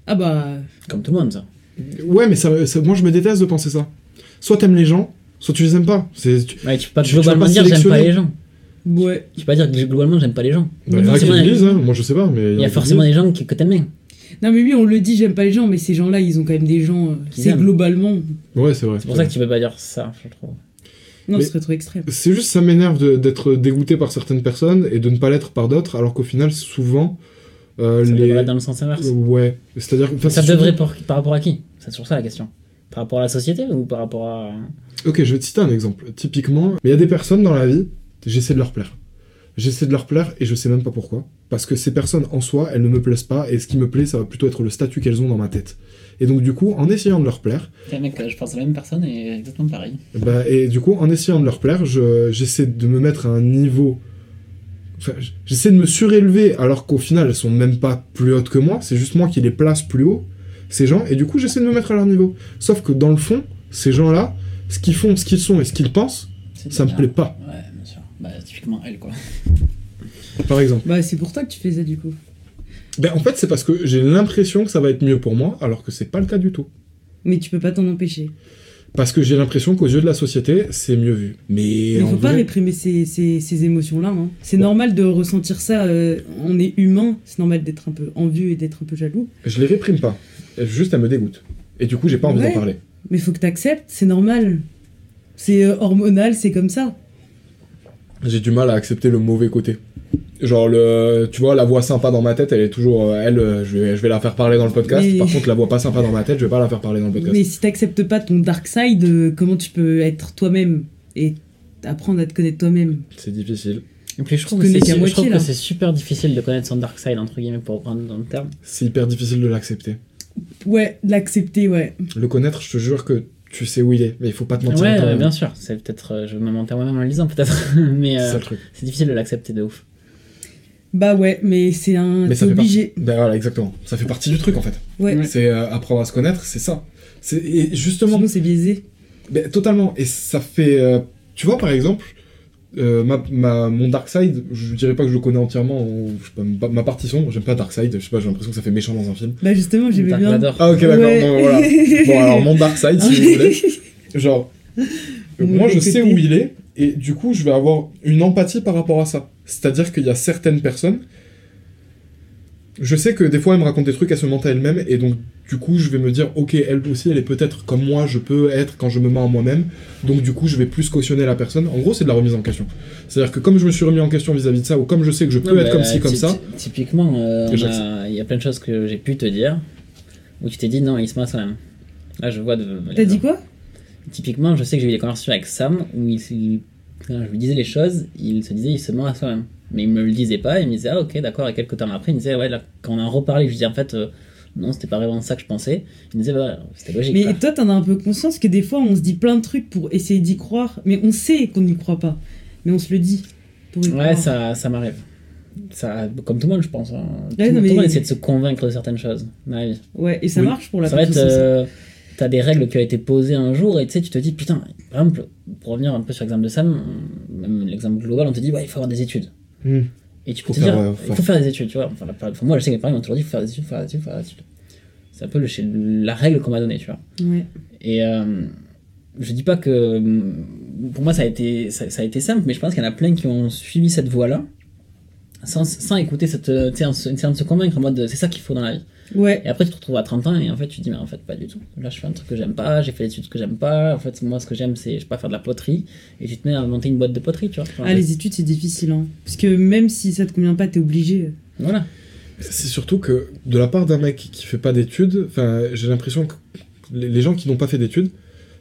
D: Ah bah.
B: Comme tout le monde, ça.
C: Ouais, mais ça, ça- moi je me déteste de penser ça. Soit t'aimes les gens, soit tu les aimes pas. C'est tu-
B: Ouais, tu peux pas
C: Tu- tu vas
B: globalement
C: pas
B: dire j'aime pas
C: sélectionner.
B: les gens.
D: Ouais.
B: Tu peux pas dire que globalement j'aime pas les gens.
C: bah, il y en a qui
B: forcément,
C: le
B: il y a-
C: disent, hein, moi je sais pas, mais
B: Il y a
C: qui le
B: forcément
C: disent.
B: des gens qui, que t'aimes bien.
D: Non mais oui, on le dit, j'aime pas les gens, mais ces gens-là, ils ont quand même des gens. euh,
B: Qu'ils
D: C'est
B: aiment.
D: globalement.
C: Ouais, c'est vrai.
B: C'est pour ça que tu peux pas dire ça, je trouve.
D: Non,
C: Mais-
D: ce serait trop extrême.
C: C'est juste ça m'énerve de- d'être dégoûté par certaines personnes et de ne pas l'être par d'autres, alors qu'au final souvent euh,
B: Ça
C: les
B: devrait être dans le sens inverse.
C: ouais, c'est-à-dire que- enfin,
B: ça
C: si tu-
B: devrait pour- par rapport à qui C'est toujours ça la question. Par rapport à la société ou par rapport à.
C: Ok, je vais te citer un exemple. Typiquement, mais il y a des personnes dans la vie, j'essaie de leur plaire. J'essaie de leur plaire et je sais même pas pourquoi. Parce que ces personnes en soi, elles ne me plaisent pas et ce qui me plaît, ça va plutôt être le statut qu'elles ont dans ma tête. Et donc, du coup, en essayant de leur plaire,
B: Putain, mec, euh, je pense à la même personne et exactement pareil.
C: bah, et du coup, en essayant de leur plaire, je- j'essaie de me mettre à un niveau. Enfin, j- j'essaie de me surélever alors qu'au final, elles sont même pas plus hautes que moi, c'est juste moi qui les place plus haut, ces gens, et du coup, j'essaie de me mettre à leur niveau. Sauf que dans le fond, ces gens-là, ce qu'ils font, ce qu'ils sont et ce qu'ils pensent,
B: C'est
C: ça me
B: bien.
C: plaît pas,
B: Ouais, bien sûr. Bah, typiquement elle, quoi.
C: par exemple.
D: Bah, c'est pour toi que tu faisais du coup.
C: Ben, en fait, c'est parce que j'ai l'impression que ça va être mieux pour moi, alors que c'est pas le cas du tout.
D: Mais tu peux pas t'en empêcher.
C: Parce que j'ai l'impression qu'aux yeux de la société, c'est mieux vu. Mais,
D: Mais
C: en
D: faut pas
C: vrai-
D: réprimer ces, ces- ces émotions-là. hein. C'est normal de ressentir ça. euh, on est humain, c'est normal d'être un peu envieux et d'être un peu jaloux.
C: je les réprime pas. Juste, elles me dégoûtent. Et du coup, j'ai pas envie
D: Ouais.
C: d'en parler.
D: Mais faut que t'acceptes, c'est normal. C'est euh, hormonal, c'est comme ça.
C: J'ai du mal à accepter le mauvais côté. Genre, le, tu vois, la voix sympa dans ma tête, elle est toujours. euh, Elle, euh, je vais, je vais la faire parler dans le podcast.
D: Mais-
C: Par contre, la voix pas sympa dans ma tête, je vais pas la faire parler dans le podcast.
D: Mais si t'acceptes pas ton dark side, euh, comment tu peux être toi-même et apprendre à te connaître toi-même
C: C'est difficile.
B: Et puis je trouve
D: Tu
B: que
D: connais
B: c'est
D: qu'à
B: je
D: moitié,
B: trouve que
D: là.
B: c'est super difficile de connaître son dark side, entre guillemets, pour prendre dans le terme.
C: C'est hyper difficile de l'accepter.
D: Ouais, l'accepter, ouais.
C: Le connaître, je te jure que tu sais où il est, mais il faut pas te mentir.
B: Ouais,
C: à
B: euh,
C: toi-même.
B: bien sûr. C'est peut-être, euh, je me mentais à moi-même en le lisant, peut-être. Mais
C: C'est ça
B: euh,
C: le truc.
B: c'est difficile de l'accepter de ouf.
D: Bah ouais, mais c'est un.
C: Mais
D: T'es
C: ça fait
D: obligé.
C: partie. Ben voilà, exactement. Ça fait partie du truc en fait.
D: Ouais.
B: Ouais.
C: C'est euh, apprendre à se connaître, c'est ça. C'est et justement.
D: Sinon, c'est biaisé.
C: Ben, totalement. Et ça fait. euh, tu vois, par exemple, euh, ma, ma- mon Dark Side, je dirais pas que je le connais entièrement, ou, je sais pas, ma, ma partie sombre, j'aime pas Dark Side, je sais pas, j'ai l'impression que ça fait méchant dans un film.
D: Bah justement, j'aimais
B: Dark
D: bien.
B: Vador.
C: Ah, ok, d'accord,
D: Ouais.
C: bon, voilà. Bon, alors mon Dark Side, si vous voulez. Genre, euh, moi je
D: Mauvais
C: sais
D: côté.
C: où il est, et du coup, je vais avoir une empathie par rapport à ça. C'est-à-dire qu'il y a certaines personnes. Je sais que des fois, elle me raconte des trucs, elle se ment à elle-même, et donc, du coup, je vais me dire, ok, elle aussi, elle est peut-être comme moi, je peux être quand je me mens à moi-même, donc, du coup, je vais plus cautionner la personne. En gros, c'est de la remise en question. C'est-à-dire que comme je me suis remis en question vis-à-vis de ça, ou comme je sais que je peux
B: Non,
C: être
B: mais,
C: comme
B: euh,
C: ci, comme
B: ty-
C: ça,
B: ty- Typiquement, euh, on
C: j'accepte.
B: a- il y a plein de choses que j'ai pu te dire où tu t'es dit non, il se met à soi-même. Là, je vois de.
D: T'as dit quoi
B: Typiquement, je sais que j'ai eu des conversations avec Sam où il, il- quand je lui disais les choses, il se disait il se ment à soi-même. Mais il me le disait pas, il me disait ah ok d'accord, et quelques temps après il me disait ouais là, quand on en reparlait, je lui disais en fait euh, non c'était pas vraiment ça que je pensais, il me disait bah c'était logique. quoi.
D: Mais toi, t'en as un peu conscience que des fois, on se dit plein de trucs pour essayer d'y croire, mais on sait qu'on n'y croit pas. Mais on se le dit. Pour y
B: Ouais
D: croire.
B: ça, ça m'arrive. Ça, comme tout le monde je pense. hein. Tout,
D: Ouais, non,
B: tout le
D: mais-
B: monde essaie de se convaincre de certaines choses. dans la vie.
D: Ouais, et ça
B: Oui.
D: marche pour la
B: Ça va être.
D: confiance en soi.
B: euh, T'as des règles qui ont été posées un jour et tu sais, tu te dis, putain, par exemple, pour revenir un peu sur l'exemple de Sam, on- même l'exemple global, on te dit, ouais, il faut avoir des études.
C: Hmm.
B: Et tu peux
C: Faut
B: te
C: faire,
B: dire,
C: euh,
B: il faut
C: faut-
B: faire des études, tu vois. Enfin, la- enfin, moi, je sais que mes parents m'ont toujours dit, faut faire des études, faire des études, faire des études. C'est un peu le, chez- la règle qu'on m'a donnée, tu vois.
D: Ouais.
B: Et euh, je dis pas que. hum, Pour moi, ça a été, ça, ça a été simple, mais je pense qu'il y en a plein qui ont suivi cette voie-là. Sans, sans écouter cette. euh, Tu sais, en se- en essayant de se convaincre en mode c'est ça qu'il faut dans la vie.
D: Ouais.
B: Et après, tu te retrouves à 30 ans et en fait, tu te dis, mais en fait, pas du tout. Là, je fais un truc que j'aime pas, j'ai fait des études que j'aime pas. En fait, moi, ce que j'aime, c'est, je sais pas, faire de la poterie. Et tu te mets à monter une boîte de poterie, tu vois. Enfin,
D: Ah, les études, c'est difficile, hein. Parce que même si ça te convient pas, t'es obligé.
B: Voilà.
C: C'est surtout que de la part d'un mec qui fait pas d'études, enfin, j'ai l'impression que les les gens qui n'ont pas fait d'études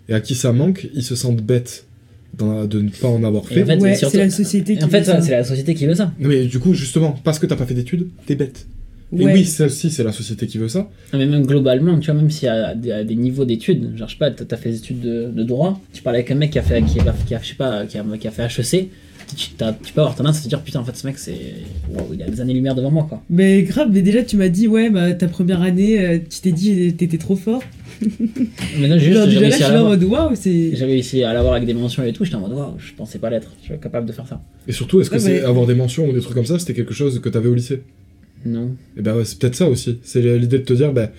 C: et à qui ça manque, ils se sentent bêtes d'en- de ne pas en avoir
B: Et
C: fait.
B: en fait,
D: ouais,
B: surtout-
D: c'est la société
B: Et
D: qui
B: en fait,
D: veut
B: voilà,
D: ça.
B: c'est la société qui veut ça.
C: Non, Mais du coup, justement, parce que t'as pas fait d'études, t'es bête. Et
D: Ouais.
C: oui, ça aussi, c'est la société qui veut ça.
B: Non, Mais même globalement, tu vois, même s'il y a des, à des niveaux d'études, genre, je sais pas, t'as t'as fait des études de, de droit, tu parles avec un mec qui a fait, qui a, qui a- je sais pas, qui a, qui a fait HEC, tu, t'as- tu peux avoir tendance à te dire, putain, en fait, ce mec, c'est. waouh, il a des années-lumière devant moi, quoi.
D: Mais grave, mais déjà, tu m'as dit, ouais, bah, ta première année, euh, tu t'es dit, t'étais trop fort.
B: Mais là, juste, j'ai
D: Genre, déjà là, je
B: réussi
D: suis
B: à
D: là en
B: l'avoir.
D: mode, waouh, c'est.
B: J'avais réussi à l'avoir avec des mentions et tout, j'étais en mode, waouh, je pensais pas l'être, je suis capable de faire ça.
C: Et surtout, est-ce que
D: Ouais,
C: c'est
D: mais-
C: avoir des mentions ou des trucs comme ça, c'était quelque chose que t'avais au lycée
B: Non.
C: Et ben ouais, c'est peut-être ça aussi. C'est l'idée de te dire, ben,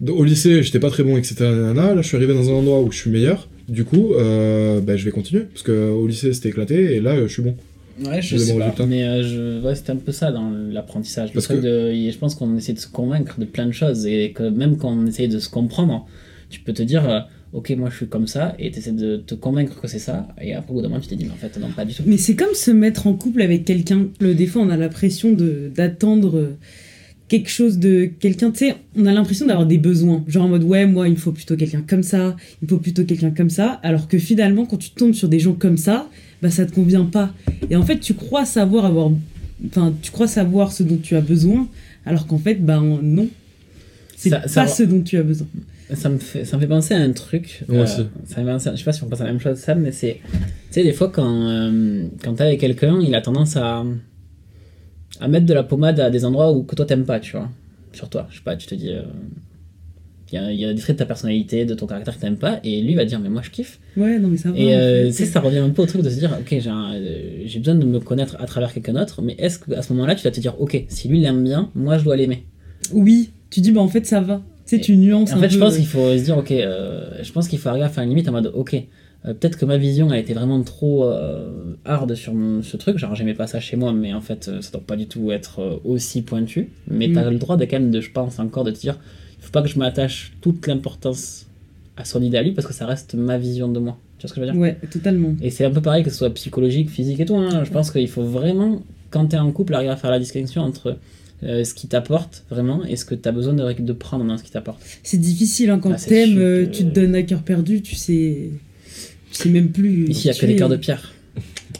C: d- au lycée, j'étais pas très bon, etc. nanana. Là, je suis arrivé dans un endroit où je suis meilleur. Du coup, euh, ben, je vais continuer. Parce que au lycée, c'était éclaté et là, euh, je suis bon.
B: Ouais, je
C: Des
B: sais
C: bons
B: pas.
C: résultats.
B: Mais euh, je... ouais, c'était un peu ça dans l'apprentissage. Le
C: Parce
B: truc
C: que-
B: de- et Je pense qu'on essaie de se convaincre de plein de choses et que même quand on essaie de se comprendre, tu peux te dire euh, Ok, moi je suis comme ça et tu essaies de te convaincre que c'est ça. Et après, au bout d'un moment, tu t'es dit Mais en fait, non, pas du tout.
D: Mais c'est comme se mettre en couple avec quelqu'un. Le- Des fois, on a la pression de- d'attendre euh, quelque chose de quelqu'un, tu sais, on a l'impression d'avoir des besoins. Genre en mode, ouais, moi, il me faut plutôt quelqu'un comme ça, il me faut plutôt quelqu'un comme ça. Alors que finalement, quand tu tombes sur des gens comme ça, bah ça te convient pas. Et en fait, tu crois savoir avoir. Enfin, tu crois savoir ce dont tu as besoin, alors qu'en fait, bah non. C'est
B: Ça-
D: pas
B: ça-
D: ce dont tu as besoin.
B: Ça me, fait, ça me fait penser à un truc. euh,
C: Moi aussi.
B: Ça me fait penser à- je sais pas si on pense à la même chose, Sam, mais c'est. Tu sais, des fois, quand, euh, quand t'es avec quelqu'un, il a tendance à. à mettre de la pommade à des endroits où, que toi t'aimes pas, tu vois. Sur toi. Je sais pas, tu te dis. euh, Il y, a, il y a des traits de ta personnalité, de ton caractère que t'aimes pas, et lui va dire, mais moi je kiffe.
D: Ouais, non, mais ça va.
B: Et
D: en
B: euh,
D: fait.
B: tu sais, ça revient un peu au truc de se dire, ok, j'ai un- euh, j'ai besoin de me connaître à travers quelqu'un d'autre, mais est-ce qu'à ce moment-là, tu vas te dire, ok, si lui l'aime bien, moi je dois l'aimer
D: Oui, tu dis, bah en fait, ça va. Tu sais, tu nuances
B: En
D: un
B: fait,
D: peu.
B: je pense qu'il faut se dire, ok, euh, je pense qu'il faut arriver à faire une limite en mode, ok, euh, peut-être que ma vision a été vraiment trop euh, hard sur mon- ce truc, genre j'aimais pas ça chez moi, mais en fait, euh, ça doit pas du tout être euh, aussi pointu. Mais
D: Mm.
B: t'as le droit de quand même, de, je pense encore, de te dire, il faut pas que je m'attache toute l'importance à son idée à lui parce que ça reste ma vision de moi. Tu vois ce que je veux dire
D: Ouais, totalement.
B: Et c'est un peu pareil que ce soit psychologique, physique et tout. hein. Je pense qu'il faut vraiment, quand t'es en couple, arriver à faire la distinction entre euh, ce qui t'apporte vraiment et ce que t'as besoin de, de prendre dans ce qui t'apporte.
D: C'est difficile hein, quand
B: Ah, c'est
D: t'aimes,
B: sûr
D: euh,
B: que-
D: tu te donnes à cœur perdu, tu sais. Tu sais même plus. euh,
B: Ici, il n'y a
D: tu
B: que des
D: es-
B: cœurs de pierre.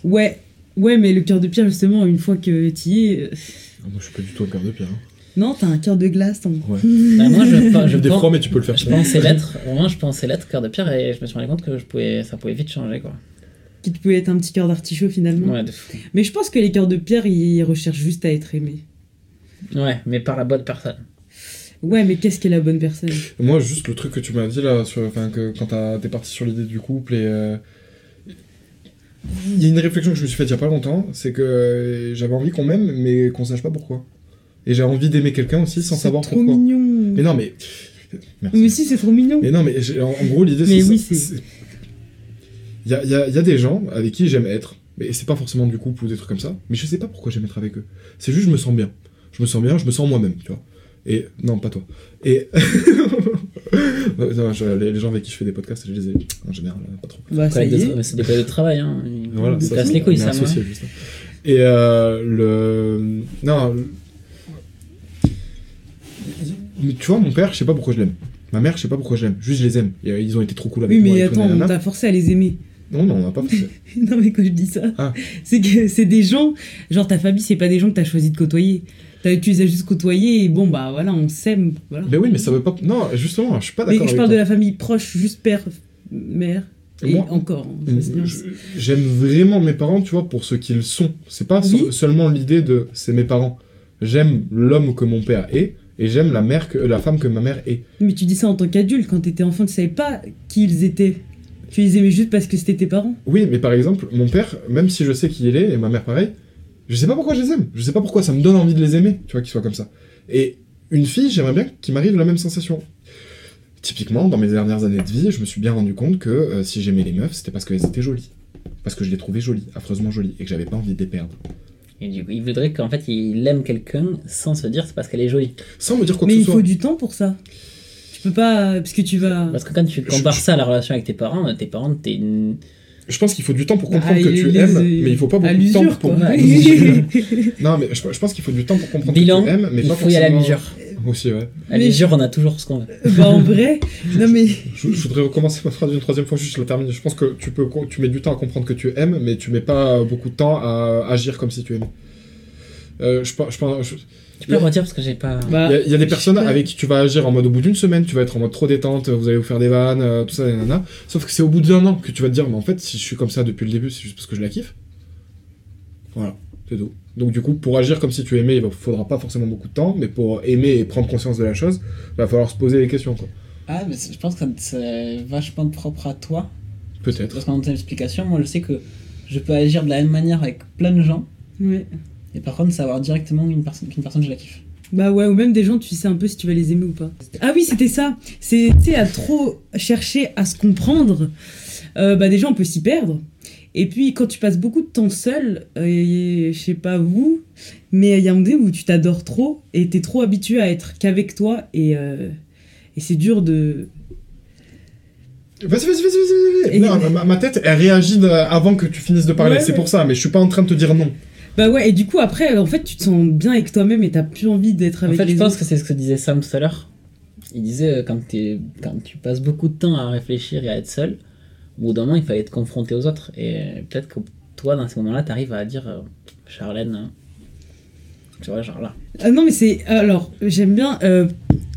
D: Ouais, ouais, mais le cœur de pierre, justement, une fois que t'y es. euh,
C: Ah, Moi, je suis pas du tout un cœur de pierre. hein.
D: Non, t'as un cœur de glace. t'en-
C: Ouais.
B: Bah, moi, je, pense- je,
C: Des
B: pense-
C: fois, mais tu peux le faire.
B: je pensais l'être. Vraiment, je pensais l'être cœur de pierre et je me suis rendu compte que je pouvais, ça pouvait vite changer. Quoi.
D: Qui te pouvait être un petit cœur d'artichaut, finalement.
B: Ouais, de fou.
D: Mais je pense que les cœurs de pierre, ils recherchent juste à être aimés.
B: ouais, mais par la bonne personne.
D: Ouais, mais qu'est-ce qu'est la bonne personne
C: Moi, juste le truc que tu m'as dit là, sur, enfin, que quand t'as- t'es parti sur l'idée du couple et. euh, Il y a une réflexion que je me suis faite il y a pas longtemps, c'est que euh, j'avais envie qu'on m'aime, mais qu'on sache pas pourquoi. Et j'ai envie d'aimer quelqu'un aussi sans
D: C'est
C: savoir
D: trop
C: pourquoi.
D: mignon.
C: Mais non, mais. Merci.
D: Mais si, c'est trop mignon.
C: Mais non, mais j'ai- en, en gros, l'idée, c'est.
D: Mais
C: ça-
D: oui, c'est-
C: c'est- Il y a, il y a- il y a des gens avec qui j'aime être, mais c'est pas forcément du couple ou des trucs comme ça, mais je sais pas pourquoi j'aime être avec eux. C'est juste, je me sens bien. Je me sens bien, je me sens moi-même, tu vois. Et. Non, pas toi. Et. Ouais, non, je- les, les gens avec qui je fais des podcasts, je les ai. En général, pas trop.
D: Bah, ça
B: Collègues
D: y
B: de
D: est.
B: tra- mais C'est des collègues de travail. Hein. Ils
C: Voilà,
B: ils
C: ça,
B: cassent
C: c'est-
B: les couilles,
C: on est
B: ça. hein.
C: associés, juste. Et euh, le. Non. le- Mais tu vois, mon père, je sais pas pourquoi je l'aime. Ma mère, je sais pas pourquoi je l'aime. Juste, je les aime. Et, euh, Ils ont été trop cool avec
D: Oui,
C: moi.
D: mais
C: et tout,
D: attends, on
C: nanana.
D: t'a forcé à les aimer.
C: Non, non, on n'a pas fait.
D: non, mais quand je dis ça,
C: Ah.
D: c'est que c'est des gens, genre ta famille, c'est pas des gens que t'as choisi de côtoyer. T'as, tu les as juste côtoyés et bon, bah voilà, on s'aime. Voilà.
C: mais oui, mais ça veut pas. Non, justement, je suis pas
D: Mais
C: d'accord.
D: je
C: avec
D: parle de
C: toi.
D: la famille proche, juste père, mère, et
C: Moi-
D: encore. hein, ça, c'est bien.
C: Euh, Je- J'aime vraiment mes parents, tu vois, pour ce qu'ils sont. C'est pas
D: Oui.
C: se- seulement l'idée de c'est mes parents. J'aime l'homme que mon père est et j'aime la mère que la femme que ma mère est.
D: Mais tu dis ça en tant qu'adulte, quand t'étais enfant, tu savais pas qui ils étaient. Tu les aimais juste parce que c'était tes parents.
C: Oui, mais par exemple, mon père, même si je sais qui il est et ma mère pareil, je sais pas pourquoi je les aime. Je sais pas pourquoi ça me donne envie de les aimer, tu vois, qu'ils soient comme ça. Et une fille, j'aimerais bien qu'il m'arrive la même sensation. Typiquement, dans mes dernières années de vie, je me suis bien rendu compte que euh, si j'aimais les meufs, c'était parce qu'elles étaient jolies. Parce que je les trouvais jolies, affreusement jolies, et que j'avais pas envie de les perdre.
B: Et du coup, il voudrait qu'en fait, il aime quelqu'un sans se dire c'est parce qu'elle est jolie.
C: Sans me dire quoi
D: mais
C: que
D: il
C: ce soit.
D: faut du temps pour ça. Tu peux pas, parce que tu vas.
B: Parce que quand tu compares
C: je-
B: ça à la relation avec tes parents, euh, tes parents, t'es une-
C: Je pense qu'il faut du temps pour
D: Bah,
C: comprendre que
D: il-
C: tu
D: les-
C: aimes, mais il faut pas
D: à
C: beaucoup de temps
D: l'usure,
C: pour.
D: quoi.
C: non, mais je, je pense qu'il faut du temps pour comprendre
B: Bilan,
C: que tu aimes, mais
B: il
C: pas
B: faut y aller à
C: forcément-
B: l'usure.
C: Aussi, ouais.
B: À
D: Mais-
B: l'usure, on a toujours ce qu'on veut.
D: bah en vrai, non mais.
C: Je, je voudrais recommencer ma phrase une troisième fois, juste la terminer. Je pense que tu peux, tu mets du temps à comprendre que tu aimes, mais tu mets pas beaucoup de temps à agir comme si tu aimais. Euh, je, pense- je pense- je-
B: Tu peux le redire parce que j'ai pas.
D: Bah,
C: Il y a- il y, a des
D: je
C: personnes
D: sais pas.
C: avec qui tu vas agir en mode au bout d'une semaine, tu vas être en mode trop détente, vous allez vous faire des vannes, euh, tout ça, nanana. Sauf que c'est au bout d'un an que tu vas te dire, mais en fait, si je suis comme ça depuis le début, c'est juste parce que je la kiffe. Voilà, c'est tout. Donc du coup, pour agir comme si tu aimais, il va- faudra pas forcément beaucoup de temps, mais pour aimer et prendre conscience de la chose, il va falloir se poser les questions, quoi.
B: Ah, mais je pense que c'est vachement propre à toi.
C: Peut-être.
B: Parce qu'en explication, moi je sais que je peux agir de la même manière avec plein de gens,
D: Ouais.
B: et par contre savoir directement une personne, qu'une personne je la kiffe.
D: Bah ouais, ou même des gens, tu sais un peu si tu vas les aimer ou pas. Ah oui, c'était ça. C'est tu sais, à trop chercher à se comprendre. euh, bah déjà, on peut s'y perdre. Et puis, quand tu passes beaucoup de temps seul, euh, et je sais pas vous, mais il y a un moment où tu t'adores trop et t'es trop habitué à être qu'avec toi et, euh, et c'est dur de.
C: Vas-y, vas-y, vas-y, vas-y, vas-y.
D: Et-
C: Non, ma, ma tête, elle réagit de- euh, avant que tu finisses de parler.
D: Ouais,
C: c'est
D: ouais.
C: pour ça, mais je suis pas en train de te dire non.
D: Bah ouais, et du coup, après, en fait, tu te sens bien avec toi-même et t'as plus envie d'être
B: En
D: avec
B: fait,
D: les
B: je pense
D: autres.
B: que c'est ce que disait Sam tout à l'heure. Il disait euh, quand, t'es- quand tu passes beaucoup de temps à réfléchir et à être seul, au bout d'un moment, il fallait être confronté aux autres. Et euh, peut-être que toi, dans ces moments-là, t'arrives à dire euh, Charlène, euh, tu vois, genre là.
D: Ah non, mais c'est. Alors, j'aime bien. euh,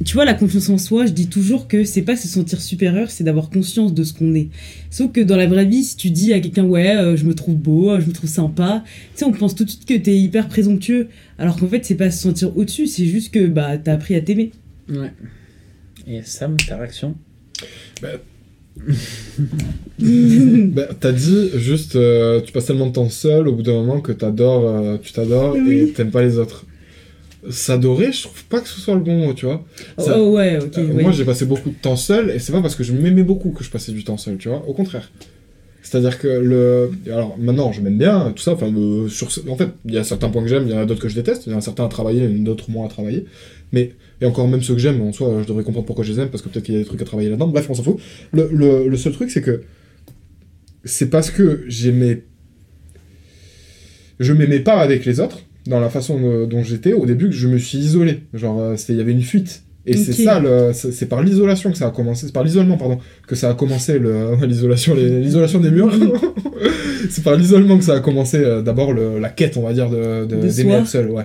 D: tu vois, la confiance en soi, je dis toujours que c'est pas se sentir supérieur, c'est d'avoir conscience de ce qu'on est. Sauf que dans la vraie vie, si tu dis à quelqu'un, ouais, euh, je me trouve beau, euh, je me trouve sympa, tu sais, on pense tout de suite que t'es hyper présomptueux. Alors qu'en fait, c'est pas se sentir au-dessus, c'est juste que bah, t'as appris à t'aimer.
B: Ouais. Et Sam, ta réaction
C: Bah, t'as dit juste, euh, tu passes tellement de temps seul, au bout d'un moment que t'adores, euh, tu t'adores et t'aimes pas les autres. S'adorer, je trouve pas que ce soit le bon mot, tu vois. Ça-
D: Oh, ouais, ok.
C: Euh,
D: ouais.
C: Moi, j'ai passé beaucoup de temps seul, et c'est pas parce que je m'aimais beaucoup que je passais du temps seul, tu vois. Au contraire. C'est-à-dire que le. Alors maintenant, je m'aime bien, tout ça. Enfin, euh, sur... ce- En fait, il y a certains points que j'aime, il y en a d'autres que je déteste. Il y en a certains à travailler, il y en a d'autres moins à travailler. Mais. Et encore, même ceux que j'aime, en soi, je devrais comprendre pourquoi je les aime, parce que peut-être qu'il y a des trucs à travailler là-dedans. Bref, on s'en fout. Le, le- le seul truc, c'est que. C'est parce que j'aimais. Je m'aimais pas avec les autres, dans la façon euh, dont j'étais, au début, que je me suis isolé. Genre, euh, c'était- il y avait une fuite. Et c'est
D: Ok.
C: ça, le- c'est c'est par l'isolation que ça a commencé, c'est par l'isolement, pardon, que ça a commencé, le- l'isolation les- l'isolation des murs. c'est par l'isolement que ça a commencé, euh, d'abord, le- la quête, on va dire, de, de,
D: De
C: d'aimer
D: soi.
C: être seul, ouais.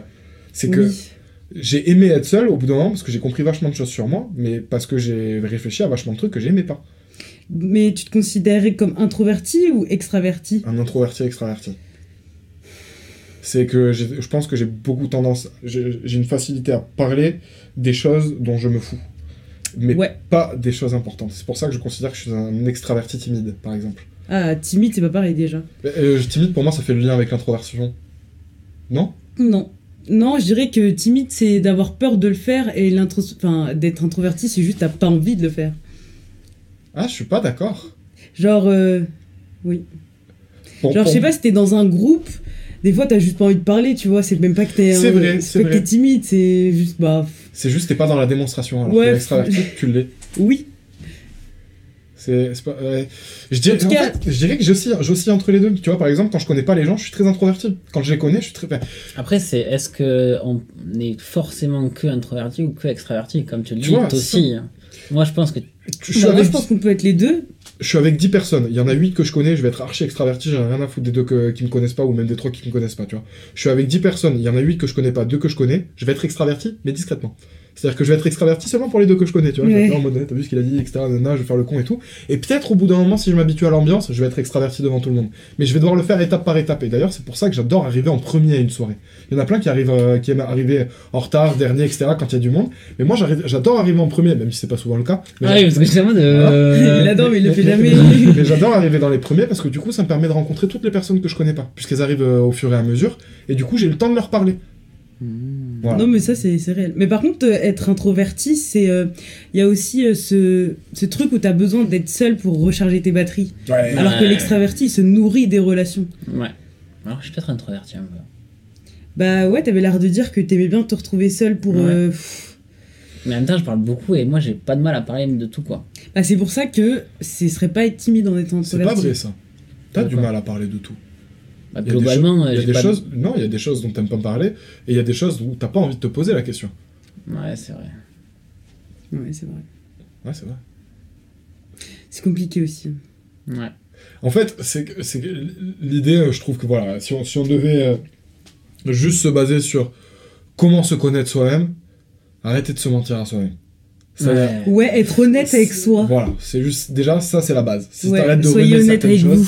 C: C'est que
D: Oui.
C: j'ai aimé être seul au bout d'un moment parce que j'ai compris vachement de choses sur moi, mais parce que j'ai réfléchi à vachement de trucs que j'aimais pas.
D: Mais tu te considérais comme introverti ou extraverti
C: Un introverti extraverti. C'est que j'ai- je pense que j'ai beaucoup tendance, j'ai j'ai une facilité à parler des choses dont je me fous, mais
D: Ouais.
C: pas des choses importantes. C'est pour ça que je considère que je suis un extraverti timide, par exemple.
D: Ah, timide, c'est pas pareil déjà.
C: Euh, timide, pour moi, ça fait le lien avec l'introversion. Non
D: Non. Non, je dirais que timide, c'est d'avoir peur de le faire et l'intros- enfin, d'être introverti, c'est juste t'as pas envie de le faire.
C: Ah, je suis pas d'accord.
D: Genre, euh,
C: Pour-
D: genre je
C: pour-
D: sais pas si t'es dans un groupe, des fois t'as juste pas envie de parler, tu vois, c'est même pas que t'es
C: C'est
D: un-
C: vrai, c'est
D: pas que
C: vrai.
D: t'es timide, c'est juste bah pff,
C: C'est juste, t'es pas dans la démonstration, alors
D: Ouais.
C: que l'extraverti, tu l'es.
D: oui.
C: C'est c'est pas. ouais. Je, dirais,
D: En tout
C: en
D: cas-
C: fait, je dirais que j'oscille, j'oscille entre les deux. Tu vois, par exemple, quand je connais pas les gens, je suis très introverti. Quand je les connais, je suis très.
B: Après, c'est est-ce que on est forcément que introverti ou que extraverti Comme tu le
C: Tu
B: dis,
C: vois,
B: toi aussi. hein. Moi, je pense que
C: Je suis,
D: Bah, moi
C: avec,
D: je pense qu'on peut être les deux.
C: je suis avec 10 personnes. Il y en a 8 que je connais, je vais être archi extraverti, j'en ai rien à foutre des deux que- qui me connaissent pas ou même des trois qui me connaissent pas, tu vois. Je suis avec 10 personnes, il y en a 8 que je connais pas, deux que je connais, je vais être extraverti, mais discrètement. C'est-à-dire que je vais être extraverti seulement pour les deux que je connais, tu vois. Je vais
D: Ouais.
C: être là en mode, eh, t'as vu ce qu'il a dit, etc., nanana, je vais faire le con et tout. Et peut-être au bout d'un moment, si je m'habitue à l'ambiance, je vais être extraverti devant tout le monde. Mais je vais devoir le faire étape par étape. Et d'ailleurs, c'est pour ça que j'adore arriver en premier à une soirée. Il y en a plein qui arrivent, euh, qui aiment arriver en retard, dernier, etc., quand il y a du monde. Mais moi, j'arrive- j'adore arriver en premier, même si c'est pas souvent le cas. Mais
B: Ah oui, parce que j'ai un mode, euh,
D: Il adore mais il le fait jamais.
C: mais j'adore arriver dans les premiers parce que du coup, ça me permet de rencontrer toutes les personnes que je connais pas, puisqu'elles arrivent euh, au fur et à mesure, et du coup, j'ai le temps de leur parler. Voilà.
D: Non mais ça c'est c'est réel. Mais par contre euh, être introverti, c'est euh, il y a aussi euh, ce ce truc où t'as besoin d'être seul pour recharger tes batteries.
C: Ouais.
D: Alors que l'extraverti il se nourrit des relations.
B: Ouais. Alors, je suis peut-être introverti un peu.
D: Bah ouais, t'avais l'air de dire que t'aimais bien te retrouver seul pour.
B: Ouais.
D: euh, pff.
B: Mais en même temps, je parle beaucoup et moi, j'ai pas de mal à parler de tout, quoi.
D: Bah c'est pour ça que ce serait pas être timide en étant
C: C'est pas
D: introverti.
C: vrai ça. T'as du
B: Pourquoi
C: mal à parler de tout.
B: Bah,
C: Il y a des
B: globalement,
C: choses- il y a
B: euh, j'ai
C: des
B: pas
C: choses. Non, il y a des choses dont t'aimes pas parler, et il y a des choses où t'as pas envie de te poser la question.
B: De... Ouais, c'est vrai.
D: Ouais, c'est vrai.
C: Ouais, c'est vrai.
D: C'est compliqué aussi.
B: Ouais.
C: En fait, c'est que- c'est que l'idée, euh, je trouve que voilà, si on, si on devait euh, juste se baser sur comment se connaître soi-même, arrêter de se mentir à soi-même. Ça,
B: Ouais.
D: Ouais, être honnête avec soi.
C: Voilà, c'est juste déjà ça c'est la base. Si
D: Ouais,
C: t'arrêtes de
D: soyez
C: renier
D: honnête
C: certaines
D: avec
C: choses,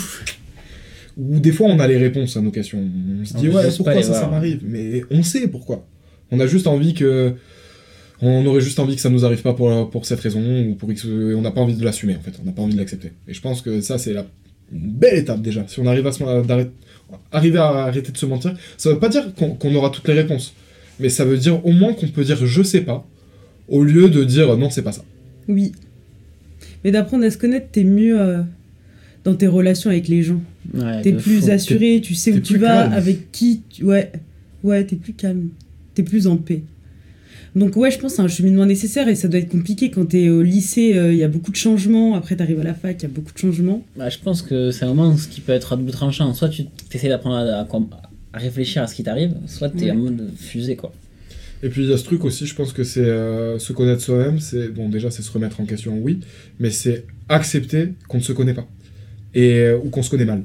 D: vous.
C: ou des fois on a les réponses à nos questions. On se
B: On
C: dit
B: veut
C: ouais
B: juste
C: pourquoi
B: pas
C: ça
B: les
C: ça
B: voir.
C: m'arrive, mais on sait pourquoi. On a juste envie que on aurait juste envie que ça nous arrive pas pour, pour cette raison ou pour X on n'a pas envie de l'assumer en fait, on n'a pas envie de l'accepter. Et je pense que ça c'est la une belle étape déjà. Si on arrive à se d'arrêter arriver à arrêter de se mentir, ça veut pas dire qu'on qu'on aura toutes les réponses, mais ça veut dire au moins qu'on peut dire je sais pas au lieu de dire non c'est pas ça.
D: Oui. Mais d'apprendre à se connaître, t'es mieux euh, dans tes relations avec les gens.
B: Ouais,
D: T'es
B: de
D: plus
B: fou.
D: assuré, tu sais où
C: t'es
D: tu
C: plus
D: vas,
C: calme.
D: avec qui. tu- Ouais, ouais, t'es plus calme. T'es plus en paix. Donc, ouais, je pense que c'est un cheminement nécessaire et ça doit être compliqué quand t'es au lycée, euh, il y a beaucoup de changements. Après, t'arrives à la fac, il y a beaucoup de changements.
B: Bah, je pense que c'est un moment ce qui peut être à double tranchant. Soit tu essaies d'apprendre à, à com- à réfléchir à ce qui t'arrive, soit t'es
D: Ouais.
B: en mode fusée, quoi.
C: Et puis il y a ce truc aussi, je pense que c'est euh, se connaître soi-même, c'est bon déjà c'est se remettre en question, oui, mais c'est accepter qu'on ne se connaît pas et euh, ou qu'on se connaît mal.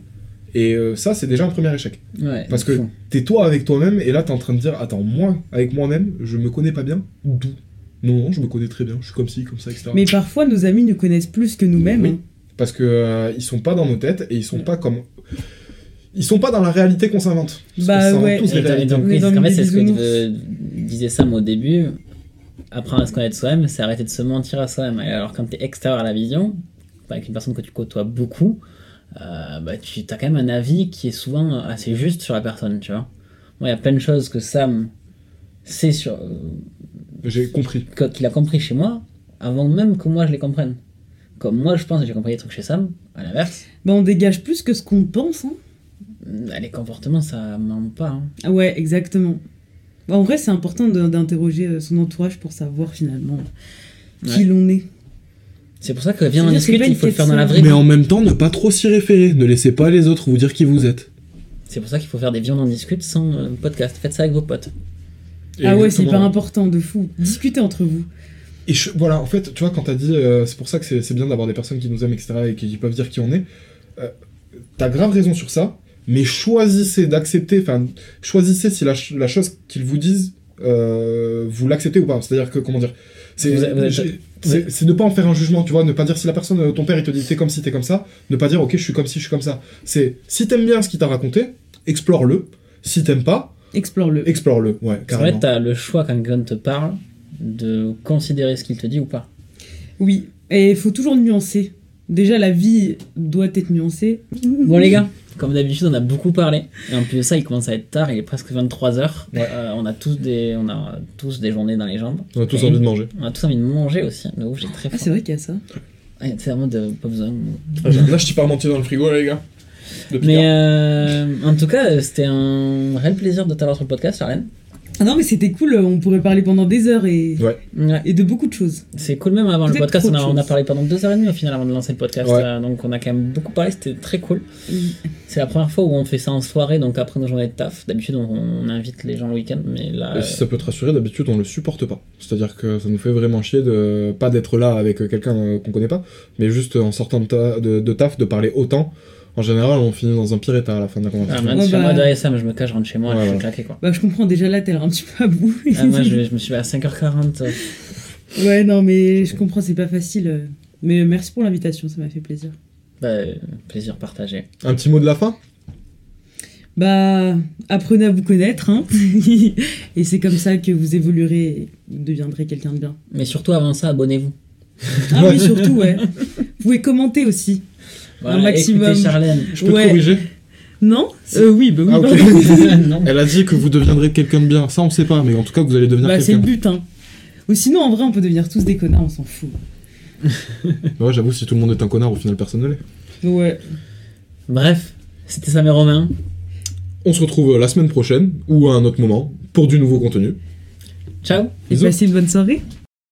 C: Et euh, ça c'est déjà un premier échec.
B: Ouais,
C: Parce
B: de
C: que
B: fond.
C: t'es toi avec toi-même et là t'es en train de dire attends moi avec moi-même je me connais pas bien d'où non non je me connais très bien je suis comme ci comme ça etc.
D: Mais parfois, nos amis nous connaissent plus que nous-mêmes.
C: Oui.
D: hein.
C: Parce que euh, ils sont pas dans nos têtes et ils
D: Mm.
C: sont pas comme ils sont pas dans la réalité qu'on s'invente. Parce
D: Bah
C: qu'on s'invente
D: ouais.
C: tous les
B: Et dans- et
C: réalités.
B: donc,
D: On est
B: oui,
D: dans
B: c'est-
D: le
B: en fait, c'est ce que
D: bisounours.
B: euh, disait Sam au début. Apprendre à se connaître soi-même, c'est arrêter de se mentir à soi-même. Et alors, quand tu es extérieur à la vision, bah, avec une personne que tu côtoies beaucoup, euh, bah, tu as quand même un avis qui est souvent assez juste sur la personne, tu vois. Moi, il y a plein de choses que Sam sait sur,
C: J'ai compris.
B: que- qu'il a compris chez moi avant même que moi je les comprenne. Comme moi, je pense que j'ai compris des trucs chez Sam, à l'inverse,
D: Bah, on dégage plus que ce qu'on pense. hein.
B: euh, les comportements, ça ment pas. hein.
D: Ah ouais, exactement. Bah, en vrai, c'est important de- d'interroger euh, son entourage pour savoir finalement qui
B: Ouais.
D: l'on est.
B: C'est pour ça que viens, on
D: C'est-à-dire, c'est
B: discute,
D: pas
B: il
D: une
B: faut le faire dans la
D: question.
B: vraie vie.
C: même temps ne pas trop s'y référer. Ne laissez pas les autres vous dire qui vous êtes.
B: C'est pour ça qu'il faut faire des viandes en discute sans euh, podcast. Faites ça avec vos potes.
D: ah ouais, c'est hyper important, de fou. Discutez entre vous.
C: Et je- voilà, en fait, tu vois, quand t'as dit, euh, c'est pour ça que c'est c'est bien d'avoir des personnes qui nous aiment, etc., et qui qui peuvent dire qui on est, euh, t'as grave raison sur ça, mais choisissez d'accepter, enfin, choisissez si la, ch- la chose qu'ils vous disent, euh, vous l'acceptez ou pas. C'est-à-dire que, comment dire, c'est
B: Vous- vous êtes-
C: j'ai- c'est- c'est ne pas en faire un jugement, tu vois, ne pas dire si la personne, euh, ton père, il te dit t'es comme si, t'es comme ça, ne pas dire ok, je suis comme si, je suis comme ça. C'est si t'aimes bien ce qu'il t'a raconté, explore-le. Si t'aimes pas,
D: Explore-le.
C: explore-le. Ouais,
B: En fait,
C: carrément.
B: t'as le choix quand quelqu'un te parle de considérer ce qu'il te dit ou pas.
D: Oui, et il faut toujours nuancer. Déjà, la vie doit être nuancée.
B: Bon les gars, comme d'habitude, on a beaucoup parlé. Et en plus de ça, il commence à être tard, il est presque 23h. on, a tous des, on a tous des journées dans les jambes.
C: On a tous envie de manger.
B: On a tous envie de manger aussi. De ouf, j'ai très
D: Ah,
B: faim.
D: c'est vrai qu'il y a ça.
B: Ah, c'est vraiment de pas besoin.
C: Là, je t'ai pas remonté dans le frigo, là, les gars. De Picard.
B: Mais euh, en tout cas, euh, c'était un réel plaisir de t'avoir sur le podcast, Charlène.
D: Ah non, mais c'était cool, on pourrait parler pendant des heures et,
C: Ouais.
B: Ouais.
D: et de beaucoup de choses.
B: C'est cool même avant le
D: Peut-être
B: podcast,
D: trop
B: on
D: de
B: a, on a
D: choses.
B: parlé pendant deux heures et demie au final avant de lancer le podcast,
C: Ouais.
B: euh, donc on a quand même beaucoup parlé, c'était très cool. C'est la première fois où on fait ça en soirée, donc après nos journées de taf. D'habitude on, on invite les gens le week-end, mais là...
D: bah,
C: Et si ça peut te rassurer, d'habitude on le supporte pas. C'est-à-dire que ça nous fait vraiment chier de pas d'être là avec euh, quelqu'un euh, qu'on connaît pas, mais juste euh, en sortant de, ta- de- de taf, de parler autant. En général, on finit dans un pire état à la fin de la
B: Ah,
C: conversation.
B: même
D: Ouais,
B: si moi
D: bah-
B: derrière ça, je me cache, je rentre chez moi,
C: Ouais,
B: je suis
C: ouais.
B: claqué quoi.
D: Bah, je comprends, déjà là, t'as l'air un petit peu à bout.
B: Ah, moi je, je me suis fait à 5h40. euh,
D: Ouais, non, mais je comprends, c'est pas facile. euh. Mais merci pour l'invitation, ça m'a fait plaisir.
B: bah, euh, plaisir partagé.
C: Un petit mot de la fin
D: Bah, apprenez à vous connaître, hein. et c'est comme ça que vous évoluerez et vous deviendrez quelqu'un de bien.
B: Mais surtout avant ça, abonnez-vous.
D: Ah oui, surtout, ouais. Vous pouvez commenter aussi.
B: Voilà,
D: maximum.
B: Écoutez Charlène.
C: Je peux
D: Ouais.
C: te corriger
D: Non Euh, Oui, bah oui.
C: Ah, ok.
D: pardon.
B: non.
C: Elle a dit que vous deviendrez quelqu'un de bien. Ça, on sait pas, mais en tout cas, que vous allez devenir
D: Bah, c'est le
C: quelqu'un.
D: but, hein. Ou sinon, en vrai, on peut devenir tous des connards, on s'en fout.
C: Ouais, j'avoue, si tout le monde est un connard, au final, personne ne l'est.
D: Ouais.
B: Bref, c'était Sam et Romain.
C: On se retrouve euh, la semaine prochaine, ou à un autre moment, pour du nouveau contenu.
B: Ciao
D: Et
C: Bisous.
D: passez une bonne soirée.